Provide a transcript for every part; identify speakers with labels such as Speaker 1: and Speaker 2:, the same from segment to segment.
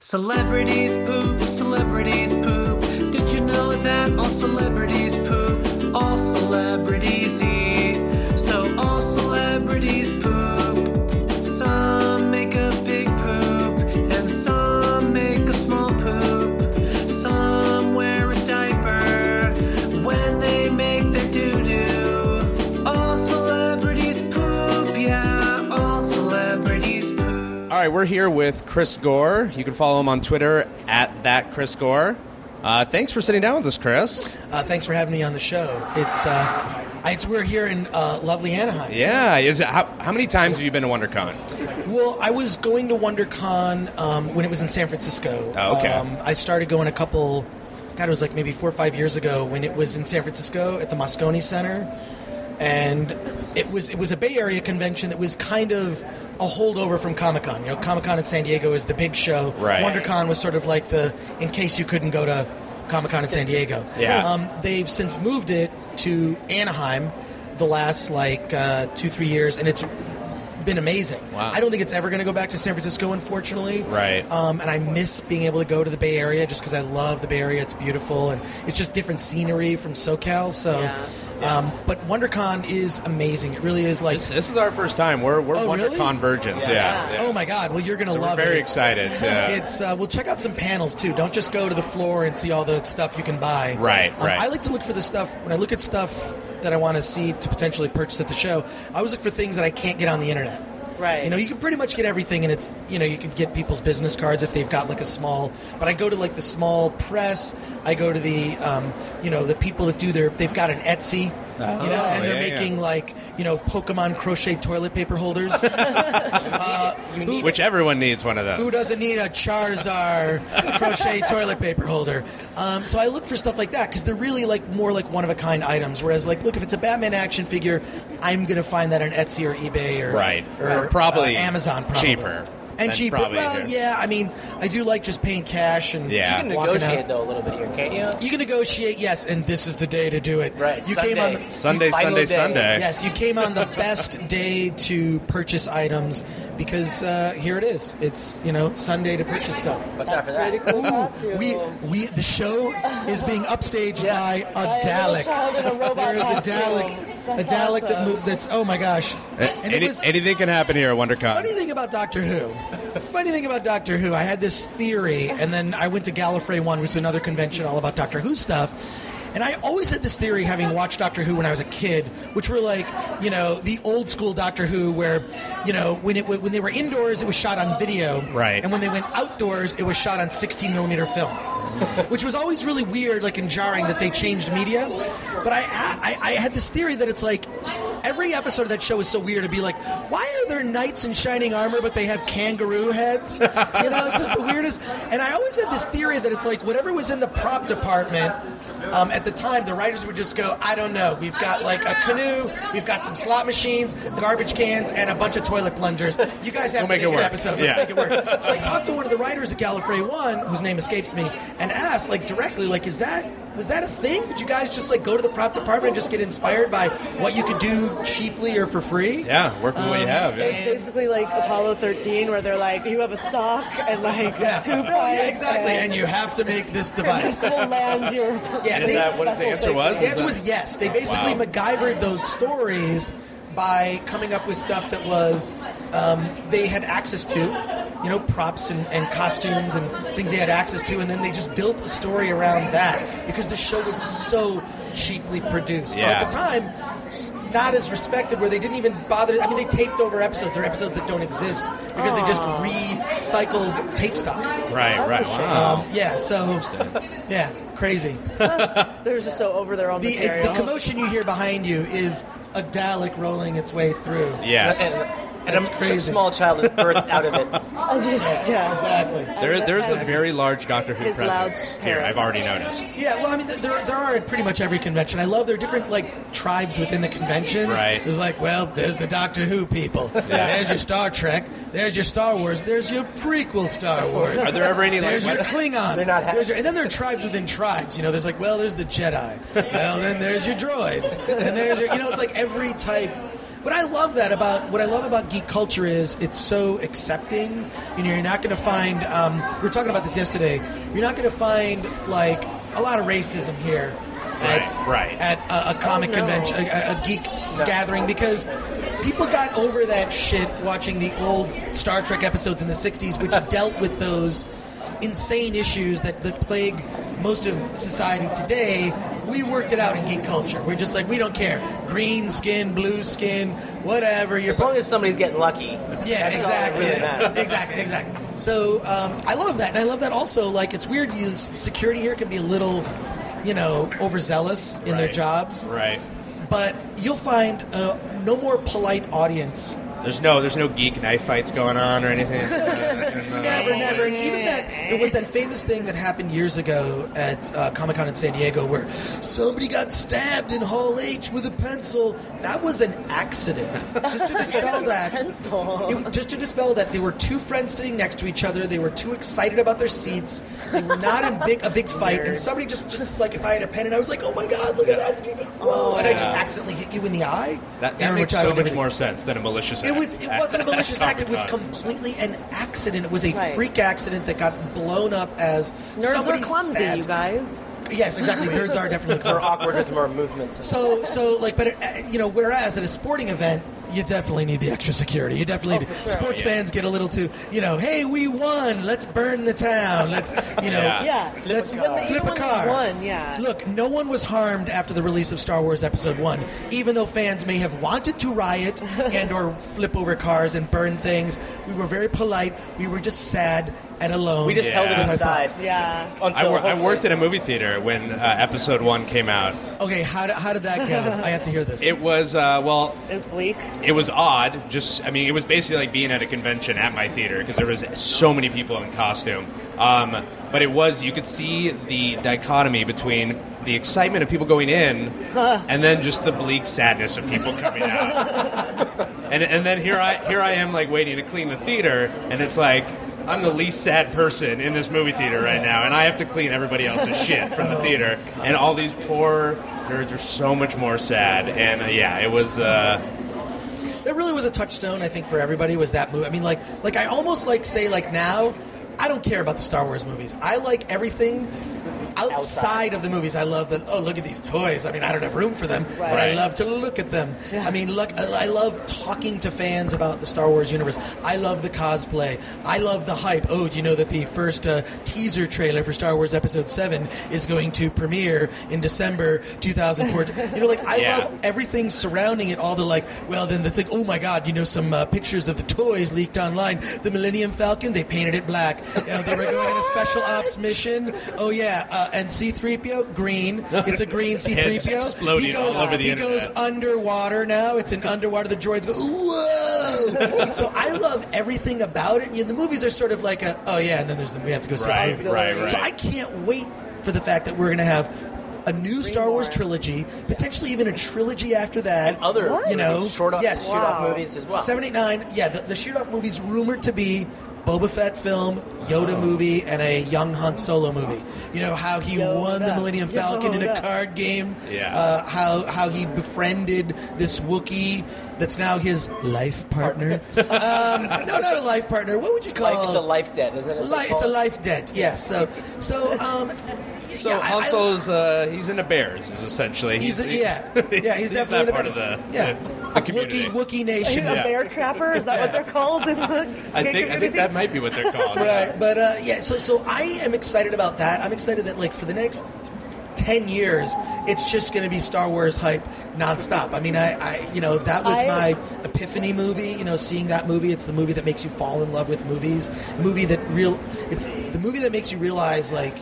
Speaker 1: Celebrities poop, celebrities poop. Did you know that all celebrities poop? All celebrities eat. So all celebrities poop. Some make a big poop, and some make a small poop. Some wear a diaper when they make their doo doo. All celebrities poop, yeah, all celebrities poop.
Speaker 2: All right, we're here with Chris Gore. You can follow him on Twitter at that Chris Gore. Uh, thanks for sitting down with us, Chris.
Speaker 3: Uh, thanks for having me on the show. It's uh, it's we're here in uh, lovely Anaheim.
Speaker 2: Yeah, is it, how, how many times have you been to WonderCon?
Speaker 3: Well, I was going to WonderCon um, when it was in San Francisco.
Speaker 2: Oh, okay.
Speaker 3: Um, I started going a couple. God, it was like maybe four or five years ago when it was in San Francisco at the Moscone Center, and it was it was a Bay Area convention that was kind of a holdover from Comic Con. You know, Comic Con in San Diego is the big show.
Speaker 2: Right.
Speaker 3: WonderCon was sort of like the in case you couldn't go to Comic Con in San Diego.
Speaker 2: Yeah.
Speaker 3: Um, they've since moved it to Anaheim the last like uh, two three years, and it's been amazing.
Speaker 2: Wow.
Speaker 3: I don't think it's ever going to go back to San Francisco, unfortunately.
Speaker 2: Right.
Speaker 3: Um, and I miss being able to go to the Bay Area just because I love the Bay Area. It's beautiful and it's just different scenery from SoCal. So, um, but WonderCon is amazing. It really is like.
Speaker 2: This, this is our first time. We're, we're
Speaker 3: Oh, really?
Speaker 2: WonderCon virgins. Yeah. yeah.
Speaker 3: Oh my God! Well, you're gonna
Speaker 2: So we're
Speaker 3: love it.
Speaker 2: very
Speaker 3: It's-
Speaker 2: excited. Yeah.
Speaker 3: It's uh, we'll check out some panels too. Don't just go to the floor and see all the stuff you can buy.
Speaker 2: Right,
Speaker 3: Um,
Speaker 2: right.
Speaker 3: I like to look for the stuff when I look at stuff that I want to see to potentially purchase at the show. I always look for things that I can't get on the internet.
Speaker 4: Right.
Speaker 3: You know, you can pretty much get everything, and it's you know you can get people's business cards if they've got like a small. But I go to like the small press. I go to the um, you know the people that do their they've got an Etsy. you know, and they're
Speaker 2: Oh, yeah, yeah.
Speaker 3: making like you know Pokemon crochet toilet paper holders. uh, who-
Speaker 2: Which everyone needs one of those.
Speaker 3: who doesn't need a Charizard crochet toilet paper holder? Um, so I look for stuff like that because they're really like more like one of a kind items. Whereas like, look, if it's a Batman action figure, I'm gonna find that on Etsy or eBay or
Speaker 2: Right.
Speaker 3: or
Speaker 2: Or probably
Speaker 3: uh, Amazon probably.
Speaker 2: cheaper
Speaker 3: and
Speaker 2: than
Speaker 3: cheaper.
Speaker 2: probably
Speaker 3: well,
Speaker 2: here.
Speaker 3: yeah, I mean, I do like just paying cash and
Speaker 2: Yeah.
Speaker 4: You can
Speaker 3: walking
Speaker 4: negotiate
Speaker 3: out.
Speaker 4: though a little bit here, can't you?
Speaker 3: You can negotiate, yes, and this is the day to do it.
Speaker 4: Right.
Speaker 3: You
Speaker 4: Sunday.
Speaker 3: came on. The,
Speaker 2: Sunday,
Speaker 4: Final
Speaker 2: Sunday,
Speaker 4: day.
Speaker 2: Sunday.
Speaker 3: Yes, you came on the best day to purchase items because uh, here it is. It's you know Sunday to purchase stuff.
Speaker 4: Watch out for that.
Speaker 3: Ooh, we we the show is being upstaged
Speaker 4: Yeah.
Speaker 3: by a Dalek. There is a Dalek, a Dalek that moved. That's oh my gosh.
Speaker 2: A-
Speaker 3: And it
Speaker 2: any-
Speaker 3: was-
Speaker 2: anything can happen here at
Speaker 3: Funny
Speaker 2: WonderCon.
Speaker 3: thing about Doctor Who. Funny thing about Doctor Who, I had this theory, and then I went to Gallifrey One, which is another convention all about Doctor Who stuff. And I always had this theory, having watched Doctor Who when I was a kid, which were like, you know, the old school Doctor Who, where, you know, when it when they were indoors, it was shot on video,
Speaker 2: Right.
Speaker 3: And when they went outdoors, it was shot on 16 millimeter film, which was always really weird, like and jarring that they changed media. But I, I, I had this theory that it's like every episode of that show is so weird to be like, why are there knights in shining armor but they have kangaroo heads? You know, it's just the weirdest. And I always had this theory that it's like whatever was in the prop department. Um, at the time, the writers would just go, I don't know. We've got like a canoe, we've got some slot machines, garbage cans, and a bunch of toilet plungers. You guys have
Speaker 2: We'll make it
Speaker 3: to make an
Speaker 2: work.
Speaker 3: episode. Let's
Speaker 2: Yeah.
Speaker 3: make it work. So I talked to one of the writers at Gallifrey One, whose name escapes me, and asked like directly, like, is that was that a thing? Did you guys just like go to the prop department and just get inspired by what you could do cheaply or for free?
Speaker 2: Yeah, work with what you have. yeah.
Speaker 3: and-
Speaker 5: basically like Apollo 13, where they're like, you have a sock and like
Speaker 3: Yeah.
Speaker 5: two
Speaker 3: No, yeah,
Speaker 5: planets
Speaker 3: exactly. And you have to make this device.
Speaker 5: this will land your.
Speaker 3: Yeah,
Speaker 2: Is
Speaker 3: they-
Speaker 2: that what his
Speaker 5: Vessel
Speaker 2: answer was?
Speaker 3: The
Speaker 2: Is
Speaker 3: answer
Speaker 2: that-
Speaker 3: was yes. They basically
Speaker 2: Wow.
Speaker 3: MacGyvered those stories by coming up with stuff that was um, they had access to, you know, props and, and costumes and things they had access to, and then they just built a story around that because the show was so cheaply produced. Or
Speaker 2: Yeah.
Speaker 3: At the time, s- not as respected, where they didn't even bother. I mean, they taped over episodes. They're episodes that don't exist because they just recycled tape stock.
Speaker 2: Right, right.
Speaker 5: That's a shame.
Speaker 2: Wow.
Speaker 3: Um, yeah, so yeah, crazy.
Speaker 5: They're just so over their own
Speaker 3: The,
Speaker 5: material.
Speaker 3: the commotion you hear behind you is a Dalek rolling its way through.
Speaker 2: Yes.
Speaker 4: And,
Speaker 3: That's
Speaker 4: and a
Speaker 3: crazy.
Speaker 4: small child is birthed out of it.
Speaker 5: I just, yeah.
Speaker 3: Exactly.
Speaker 2: There, there's a very large Doctor Who
Speaker 5: His loud
Speaker 2: presence here. I've
Speaker 5: parents.
Speaker 2: already noticed.
Speaker 3: Yeah, well, I mean, th- there, there are at pretty much every convention. I love there are different like tribes within the conventions.
Speaker 2: Right.
Speaker 3: There's like, well, there's the Doctor Who people. There's your Star Trek. There's your Star Wars. There's your prequel Star Wars.
Speaker 2: Are there ever any, like,
Speaker 3: There's your
Speaker 2: West-
Speaker 3: Klingons.
Speaker 4: They're not ha-
Speaker 3: There's your- and then there are tribes within tribes. You know, there's like, well, there's the Jedi. well, then there's your droids. And there's your, you know, it's like every type. But I love that about what I love about geek culture is it's so accepting. You know, you're not going to find. Um, we were talking about this yesterday. You're not going to find like a lot of racism here. At,
Speaker 2: Right, right.
Speaker 3: at a, a
Speaker 4: Oh,
Speaker 3: comic convention, a, a- a geek gathering, because people got over that shit watching the old Star Trek episodes in the '60s, which dealt with those insane issues that, that plague most of society today, we worked it out in geek culture. We're just like, we don't care. Green skin, blue skin, whatever. You're
Speaker 4: As long as somebody's getting lucky.
Speaker 3: yeah,
Speaker 4: that's
Speaker 3: exactly.
Speaker 4: All that really matters.
Speaker 3: exactly, exactly. So um, I love that, and I love that also. Like, it's weird. You, security here can be a little, you know, overzealous in their
Speaker 2: Right.
Speaker 3: jobs,
Speaker 2: Right.
Speaker 3: but you'll find uh, no more polite audience
Speaker 2: There's no there's no geek knife fights going on or anything.
Speaker 3: Never, never. And even that, there was that famous thing that happened years ago at uh, Comic Con in San Diego where somebody got stabbed in Hall H with a pencil. That was an accident. Just to dispel that.
Speaker 5: Pencil.
Speaker 3: It- just to dispel that, they were two friends sitting next to each other. They were too excited about their seats. They were not in big a big fight. And somebody just just like if I had a pen and I was like, oh my god, look at that! Whoa! And I just accidentally hit you in the eye.
Speaker 2: That, that
Speaker 3: Aaron
Speaker 2: makes so
Speaker 3: Rochard and
Speaker 2: much
Speaker 3: everything.
Speaker 2: more sense than a malicious
Speaker 3: It
Speaker 2: act. Oh
Speaker 3: was. It wasn't a malicious act. It was
Speaker 2: Comic-Con.
Speaker 3: completely an accident. It was a
Speaker 5: Right.
Speaker 3: freak accident that got blown up as
Speaker 5: Nerds
Speaker 3: somebody
Speaker 5: are clumsy,
Speaker 3: stabbed.
Speaker 5: you guys.
Speaker 3: Yes, exactly. Nerds are definitely
Speaker 4: We're
Speaker 3: clumsy.
Speaker 4: awkward with our movements.
Speaker 3: So, so like, but uh, you know, whereas at a sporting event, you definitely need the extra security. You
Speaker 5: Oh,
Speaker 3: definitely do. sports
Speaker 2: Yeah.
Speaker 3: fans get a little too, you know, hey, we won. Let's burn the town. Let's, you know,
Speaker 2: Yeah.
Speaker 5: Yeah.
Speaker 3: let's
Speaker 5: When they-
Speaker 3: Uh, flip
Speaker 5: even
Speaker 3: a
Speaker 5: when they
Speaker 3: car.
Speaker 5: won, yeah.
Speaker 3: Look, no one was harmed after the release of Star Wars Episode One, even though fans may have wanted to riot and or flip over cars and burn things. We were very polite. We were just sad and alone.
Speaker 4: We just held
Speaker 2: Yeah.
Speaker 4: it inside.
Speaker 5: Yeah.
Speaker 2: I,
Speaker 4: Until
Speaker 2: wor- I
Speaker 4: hopefully-
Speaker 2: worked at a movie theater when uh, episode one came out.
Speaker 3: Okay, how did, how did that go? I have to hear this.
Speaker 2: It was uh, well,
Speaker 5: It's bleak.
Speaker 2: it was odd. Just, I mean, it was basically like being at a convention at my theater because there was so many people in costume. Um, but it was you could see the dichotomy between the excitement of people going in and then just the bleak sadness of people coming out. and and then here I here I am like waiting to clean the theater, and it's like. I'm the least sad person in this movie theater right now, and I have to clean everybody else's shit from the theater. And all these poor nerds are so much more sad. And uh, yeah, it was. Uh,
Speaker 3: that really was a touchstone i think for everybody was that movie i mean like like i almost like say like now i don't care about the star wars movies i like everything outside,
Speaker 4: Outside.
Speaker 3: of the movies i love that oh look at these toys i mean i don't have room for them but i
Speaker 2: Right.
Speaker 3: love to look at them i mean look I, I love talking to fans about the star wars universe i love the cosplay i love the hype oh do you know that the first uh, teaser trailer for star wars episode 7 is going to premiere in december 2014 you know like i
Speaker 2: Yeah.
Speaker 3: love everything surrounding it, all the like, well, then it's like, oh my God, you know, some uh, pictures of the toys leaked online. The Millennium Falcon, they painted it black. Uh, they were going on a special ops mission. Oh yeah, uh, and C-3PO, green. It's a green C-3PO.
Speaker 2: Heads exploding
Speaker 3: he goes,
Speaker 2: all over the
Speaker 3: he
Speaker 2: internet.
Speaker 3: goes underwater now. It's an underwater. The droids go, whoa. so I love everything about it. You know, the movies are sort of like a, oh yeah, and then there's the we have to go see the
Speaker 2: Right,
Speaker 3: movies.
Speaker 2: right, right.
Speaker 3: So I can't wait for the fact that we're going to have a new Star Wars
Speaker 5: more.
Speaker 3: trilogy, potentially even a trilogy after that.
Speaker 4: Other
Speaker 5: What?
Speaker 3: you know,
Speaker 4: short off,
Speaker 3: yes,
Speaker 4: shoot off
Speaker 5: Wow.
Speaker 4: movies as well.
Speaker 3: seven, eight, nine. Yeah, the, the shoot-off movie's rumored to be Boba Fett film, Yoda
Speaker 4: Oh.
Speaker 3: movie, and a young Han Solo movie. You know how he
Speaker 5: Yoda.
Speaker 3: won the Millennium Falcon in a
Speaker 5: Yoda.
Speaker 3: card game.
Speaker 2: Yeah.
Speaker 3: Uh, how how he befriended this Wookiee. That's now his life partner. um, no, not a life partner. What would you call
Speaker 4: Like, it's a life debt, isn't it?
Speaker 3: Oh. Li- it's a life debt, yes. So, so, um,
Speaker 2: So
Speaker 3: yeah, I-
Speaker 2: Han
Speaker 3: I-
Speaker 2: Solo's uh, he's into bears is essentially.
Speaker 3: He's a- yeah, yeah. He's, definitely
Speaker 2: that part
Speaker 3: in
Speaker 2: of
Speaker 3: the-
Speaker 2: the
Speaker 3: yeah
Speaker 2: the, the community.
Speaker 3: Wookie Wookie Nation.
Speaker 5: A bear trapper? Is that what they're called? in the
Speaker 2: I
Speaker 5: gay
Speaker 2: think I think
Speaker 5: community?
Speaker 2: that might be what they're called.
Speaker 3: Right, but uh, yeah. So, so I am excited about that. I'm excited that like for the next ten years, it's just going to be Star Wars hype nonstop. I mean, I, I you know, that was
Speaker 5: I-
Speaker 3: my epiphany movie. You know, seeing that movie, it's the movie that makes you fall in love with movies. Movie that real, it's the movie that makes you realize like.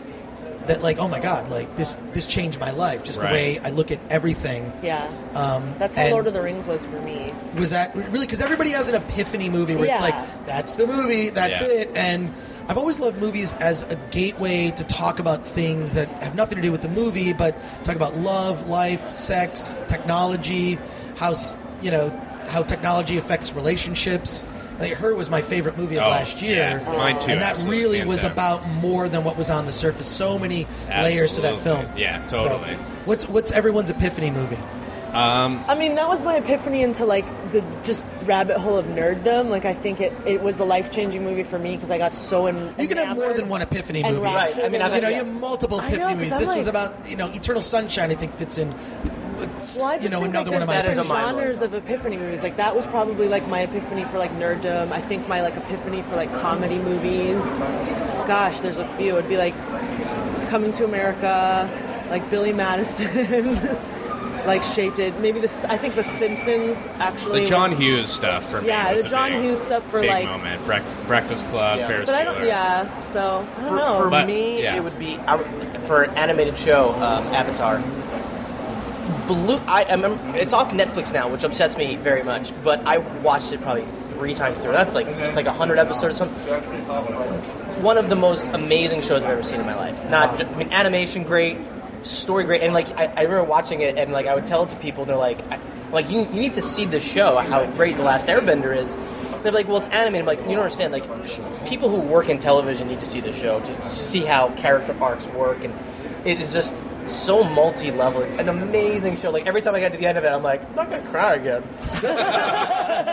Speaker 3: That like oh my god like this this changed my life just
Speaker 2: Right.
Speaker 3: the way I look at everything
Speaker 5: Yeah. That's how
Speaker 3: Um, and-
Speaker 5: Lord of the Rings was for me.
Speaker 3: was that really because everybody has an epiphany movie where it's
Speaker 5: Yeah.
Speaker 3: like that's the movie that's
Speaker 2: Yeah.
Speaker 3: it and i've always loved movies as a gateway to talk about things that have nothing to do with the movie but talk about love life sex technology how s- you know how technology affects relationships i think her was my favorite movie of
Speaker 2: Oh,
Speaker 3: last year
Speaker 2: yeah. Mine too,
Speaker 3: and that
Speaker 2: absolutely,
Speaker 3: really
Speaker 2: hands
Speaker 3: was
Speaker 2: down.
Speaker 3: about more than what was on the surface so many layers to that
Speaker 2: Absolutely.
Speaker 3: film
Speaker 2: Yeah,
Speaker 3: So,
Speaker 2: totally.
Speaker 3: what's what's everyone's epiphany movie
Speaker 5: I mean, that was my epiphany into like the just rabbit hole of nerddom. Like, I think it, it was a life changing movie for me because I got so in.
Speaker 3: You can have more
Speaker 5: enamored
Speaker 3: than one epiphany
Speaker 5: and
Speaker 3: movie.
Speaker 5: raptured
Speaker 4: Right, I mean,
Speaker 5: and
Speaker 4: I've-
Speaker 3: You know,
Speaker 5: like-
Speaker 3: you have multiple
Speaker 5: I know,
Speaker 3: epiphany
Speaker 5: 'cause
Speaker 3: movies.
Speaker 5: I'm
Speaker 3: This was
Speaker 5: like-
Speaker 3: about, you know, Eternal Sunshine. I think fits in. It's,
Speaker 5: Well, I just
Speaker 3: you know,
Speaker 5: think,
Speaker 3: another
Speaker 5: like,
Speaker 3: one of my.
Speaker 5: there's
Speaker 4: That is a
Speaker 5: different
Speaker 4: mind-blower.
Speaker 5: genres of epiphany movies. Like that was probably like my epiphany for like nerddom. I think my like epiphany for like comedy movies. Gosh, there's a few. It'd be like Coming to America, like Billy Madison, like shaped it. Maybe this. I think The Simpsons actually.
Speaker 2: The John
Speaker 5: was-
Speaker 2: Hughes stuff for me.
Speaker 5: Yeah,
Speaker 2: was
Speaker 5: the
Speaker 2: a
Speaker 5: John
Speaker 2: big-
Speaker 5: Hughes stuff for
Speaker 2: big
Speaker 5: like.
Speaker 2: moment. Break- Breakfast Club,
Speaker 4: Yeah.
Speaker 2: Ferris
Speaker 5: But I
Speaker 2: Bueller.
Speaker 5: don't. Yeah. So I don't
Speaker 4: For,
Speaker 5: know.
Speaker 4: for
Speaker 2: But,
Speaker 4: me,
Speaker 2: yeah.
Speaker 4: it would be I would- for an animated show, um, Avatar. Blue. I, I remember it's off Netflix now, which upsets me very much. But I watched it probably three times through. That's like it's like hundred episodes. Or something. One of the most amazing shows I've ever seen in my life. Not ju- I mean, animation great, story great, and like I, I remember watching it and like I would tell it to people, and they're like, I, like you, you need to see the show how great the Last Airbender is. They're like, well, it's animated. I'm like, you don't understand. Like, sh- people who work in television need to see the show to, to see how character arcs work, and it is just so multi-level, an amazing show. Like every time I got to the end of it, I'm like, I'm not gonna cry again. this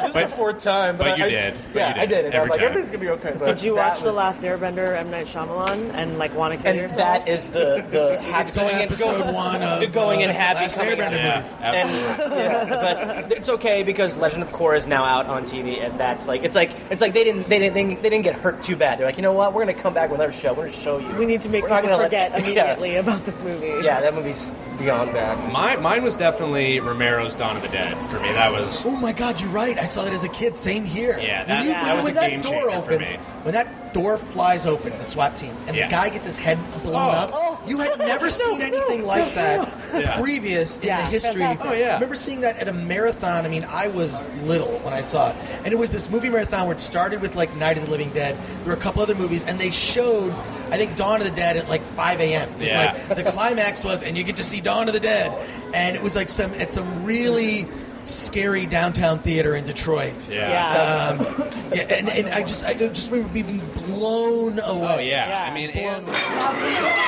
Speaker 4: is
Speaker 2: But-
Speaker 4: the fourth time, but,
Speaker 2: but you
Speaker 4: I,
Speaker 2: did. But
Speaker 4: yeah,
Speaker 2: you did.
Speaker 4: I did. And
Speaker 2: Every
Speaker 4: I'm like,
Speaker 2: time.
Speaker 4: everything's gonna be okay. But
Speaker 5: Did you
Speaker 4: that
Speaker 5: watch The
Speaker 4: was-
Speaker 5: Last Airbender, M Night Shyamalan, and like want to kill
Speaker 4: And
Speaker 5: yourself?
Speaker 4: that is the the happy
Speaker 3: the
Speaker 4: going in-
Speaker 3: episode
Speaker 4: go-
Speaker 3: one of,
Speaker 4: going in
Speaker 3: uh,
Speaker 4: happy
Speaker 3: Last
Speaker 4: coming
Speaker 3: Airbender
Speaker 4: out.
Speaker 2: Yeah,
Speaker 3: movies.
Speaker 2: absolutely.
Speaker 4: And- but it's okay because Legend of Korra is now out on TV, and that's like it's like it's like they didn't they didn't they, didn't get hurt too bad. They're like, you know what, we're gonna come back with another show. We're gonna show you.
Speaker 5: we need to make
Speaker 4: We're not
Speaker 5: people
Speaker 4: gonna
Speaker 5: forget
Speaker 4: let,
Speaker 5: immediately about this movie.
Speaker 4: Yeah, yeah, that movie's beyond bad.
Speaker 2: My, mine was definitely Romero's Dawn of the Dead for me. That was
Speaker 3: Oh my God, you're right. I saw that as a kid. Same here.
Speaker 2: Yeah,
Speaker 3: When
Speaker 2: that-
Speaker 3: you-
Speaker 5: that
Speaker 3: when-
Speaker 5: was
Speaker 3: when
Speaker 2: a
Speaker 3: that
Speaker 2: game
Speaker 3: door
Speaker 2: changer for
Speaker 3: opens,
Speaker 2: me.
Speaker 3: when that door flies open, the SWAT team, and
Speaker 2: Yeah.
Speaker 3: the guy gets his head blown
Speaker 2: Oh.
Speaker 3: up.
Speaker 5: Oh.
Speaker 3: You had never
Speaker 5: No,
Speaker 3: seen
Speaker 5: no,
Speaker 3: anything like that
Speaker 2: Yeah.
Speaker 3: previous in
Speaker 5: Yeah,
Speaker 3: the history.
Speaker 5: fantastic.
Speaker 2: Oh, yeah.
Speaker 3: I remember seeing that at a marathon. I mean, I was little when I saw it, and it was this movie marathon where it started with like Night of the Living Dead. There were a couple other movies, and they showed. I think Dawn of the Dead at like 5 a.m. It was
Speaker 2: Yeah.
Speaker 3: like the climax was, and you get to see Dawn of the Dead, and it was like some at some really scary downtown theater in Detroit.
Speaker 2: yeah.
Speaker 5: Yeah.
Speaker 3: Um, yeah, and, and I just I just remember being blown away.
Speaker 2: Oh yeah.
Speaker 5: Yeah.
Speaker 2: I mean,
Speaker 3: Blown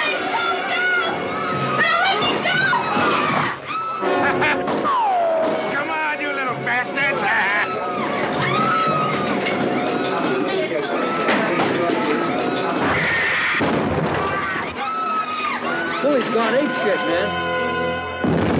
Speaker 2: and
Speaker 3: away.
Speaker 6: Come on, you little bastards! Ah.
Speaker 7: Louis gone ape shit, man.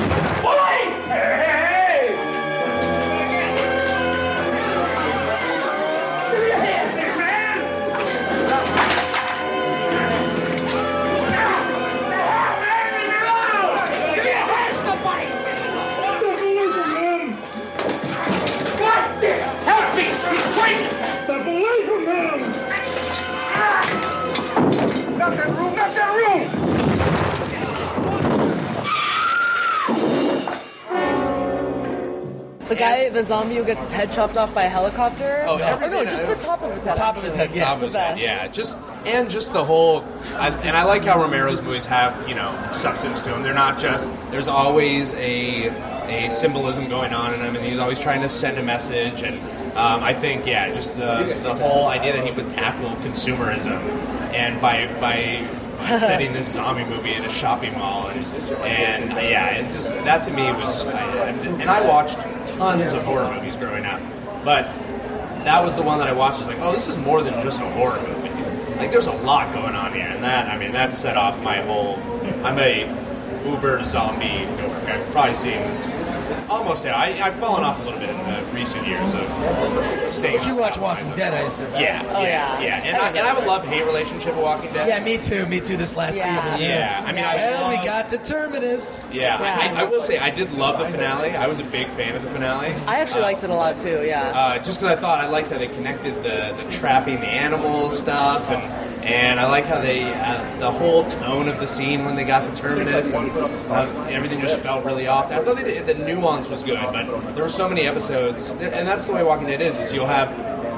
Speaker 6: Not that room, not that room!
Speaker 5: The guy, the zombie who gets his head chopped off by a helicopter.
Speaker 3: Oh, yeah.
Speaker 5: Or no, just the top of his head.
Speaker 3: Top of his head, yeah.
Speaker 2: Top of his head,
Speaker 5: best.
Speaker 2: yeah. Just and just the whole, I, and I like how Romero's movies have you know substance to them. They're not just there's always a a symbolism going on in them, and he's always trying to send a message. And um, I think yeah, just the the whole idea that he would tackle consumerism, and by by. by setting this zombie movie in a shopping mall, and, and uh, yeah, and just that to me was, I, I- and I watched tons of horror movies growing up, but that was the one that I watched. I was like, oh, this is more than just a horror movie. Like, there's a lot going on here, and that, I mean, that set off my whole. I'm a uber zombie dork. I've probably seen almost there. I, I've fallen off a little bit in the recent years of staying.
Speaker 3: But you
Speaker 2: on
Speaker 3: watch
Speaker 2: top of
Speaker 3: Walking
Speaker 2: my-
Speaker 3: Dead, I assume.
Speaker 2: Yeah,
Speaker 5: Oh,
Speaker 2: yeah,
Speaker 5: yeah.
Speaker 2: yeah. And I, and I have a love hate relationship with Walking Dead.
Speaker 3: Yeah, me too. Me too. This last
Speaker 5: Yeah.
Speaker 3: season.
Speaker 2: Yeah, I mean, I
Speaker 3: Well, we
Speaker 2: love-
Speaker 3: got to Terminus.
Speaker 2: Yeah,
Speaker 5: Yeah.
Speaker 2: I, I will say I did love the finale. I was a big fan of the finale.
Speaker 5: I actually liked it a lot too. Yeah.
Speaker 2: uh, just because I thought I liked how they connected the, the trapping the animal stuff, and and I like how they uh, the whole tone of the scene when they got to Terminus, and uh, everything just felt really off. I thought they did, the nuance was good, but there were so many episodes, and that's the way Walking Dead is: is you'll have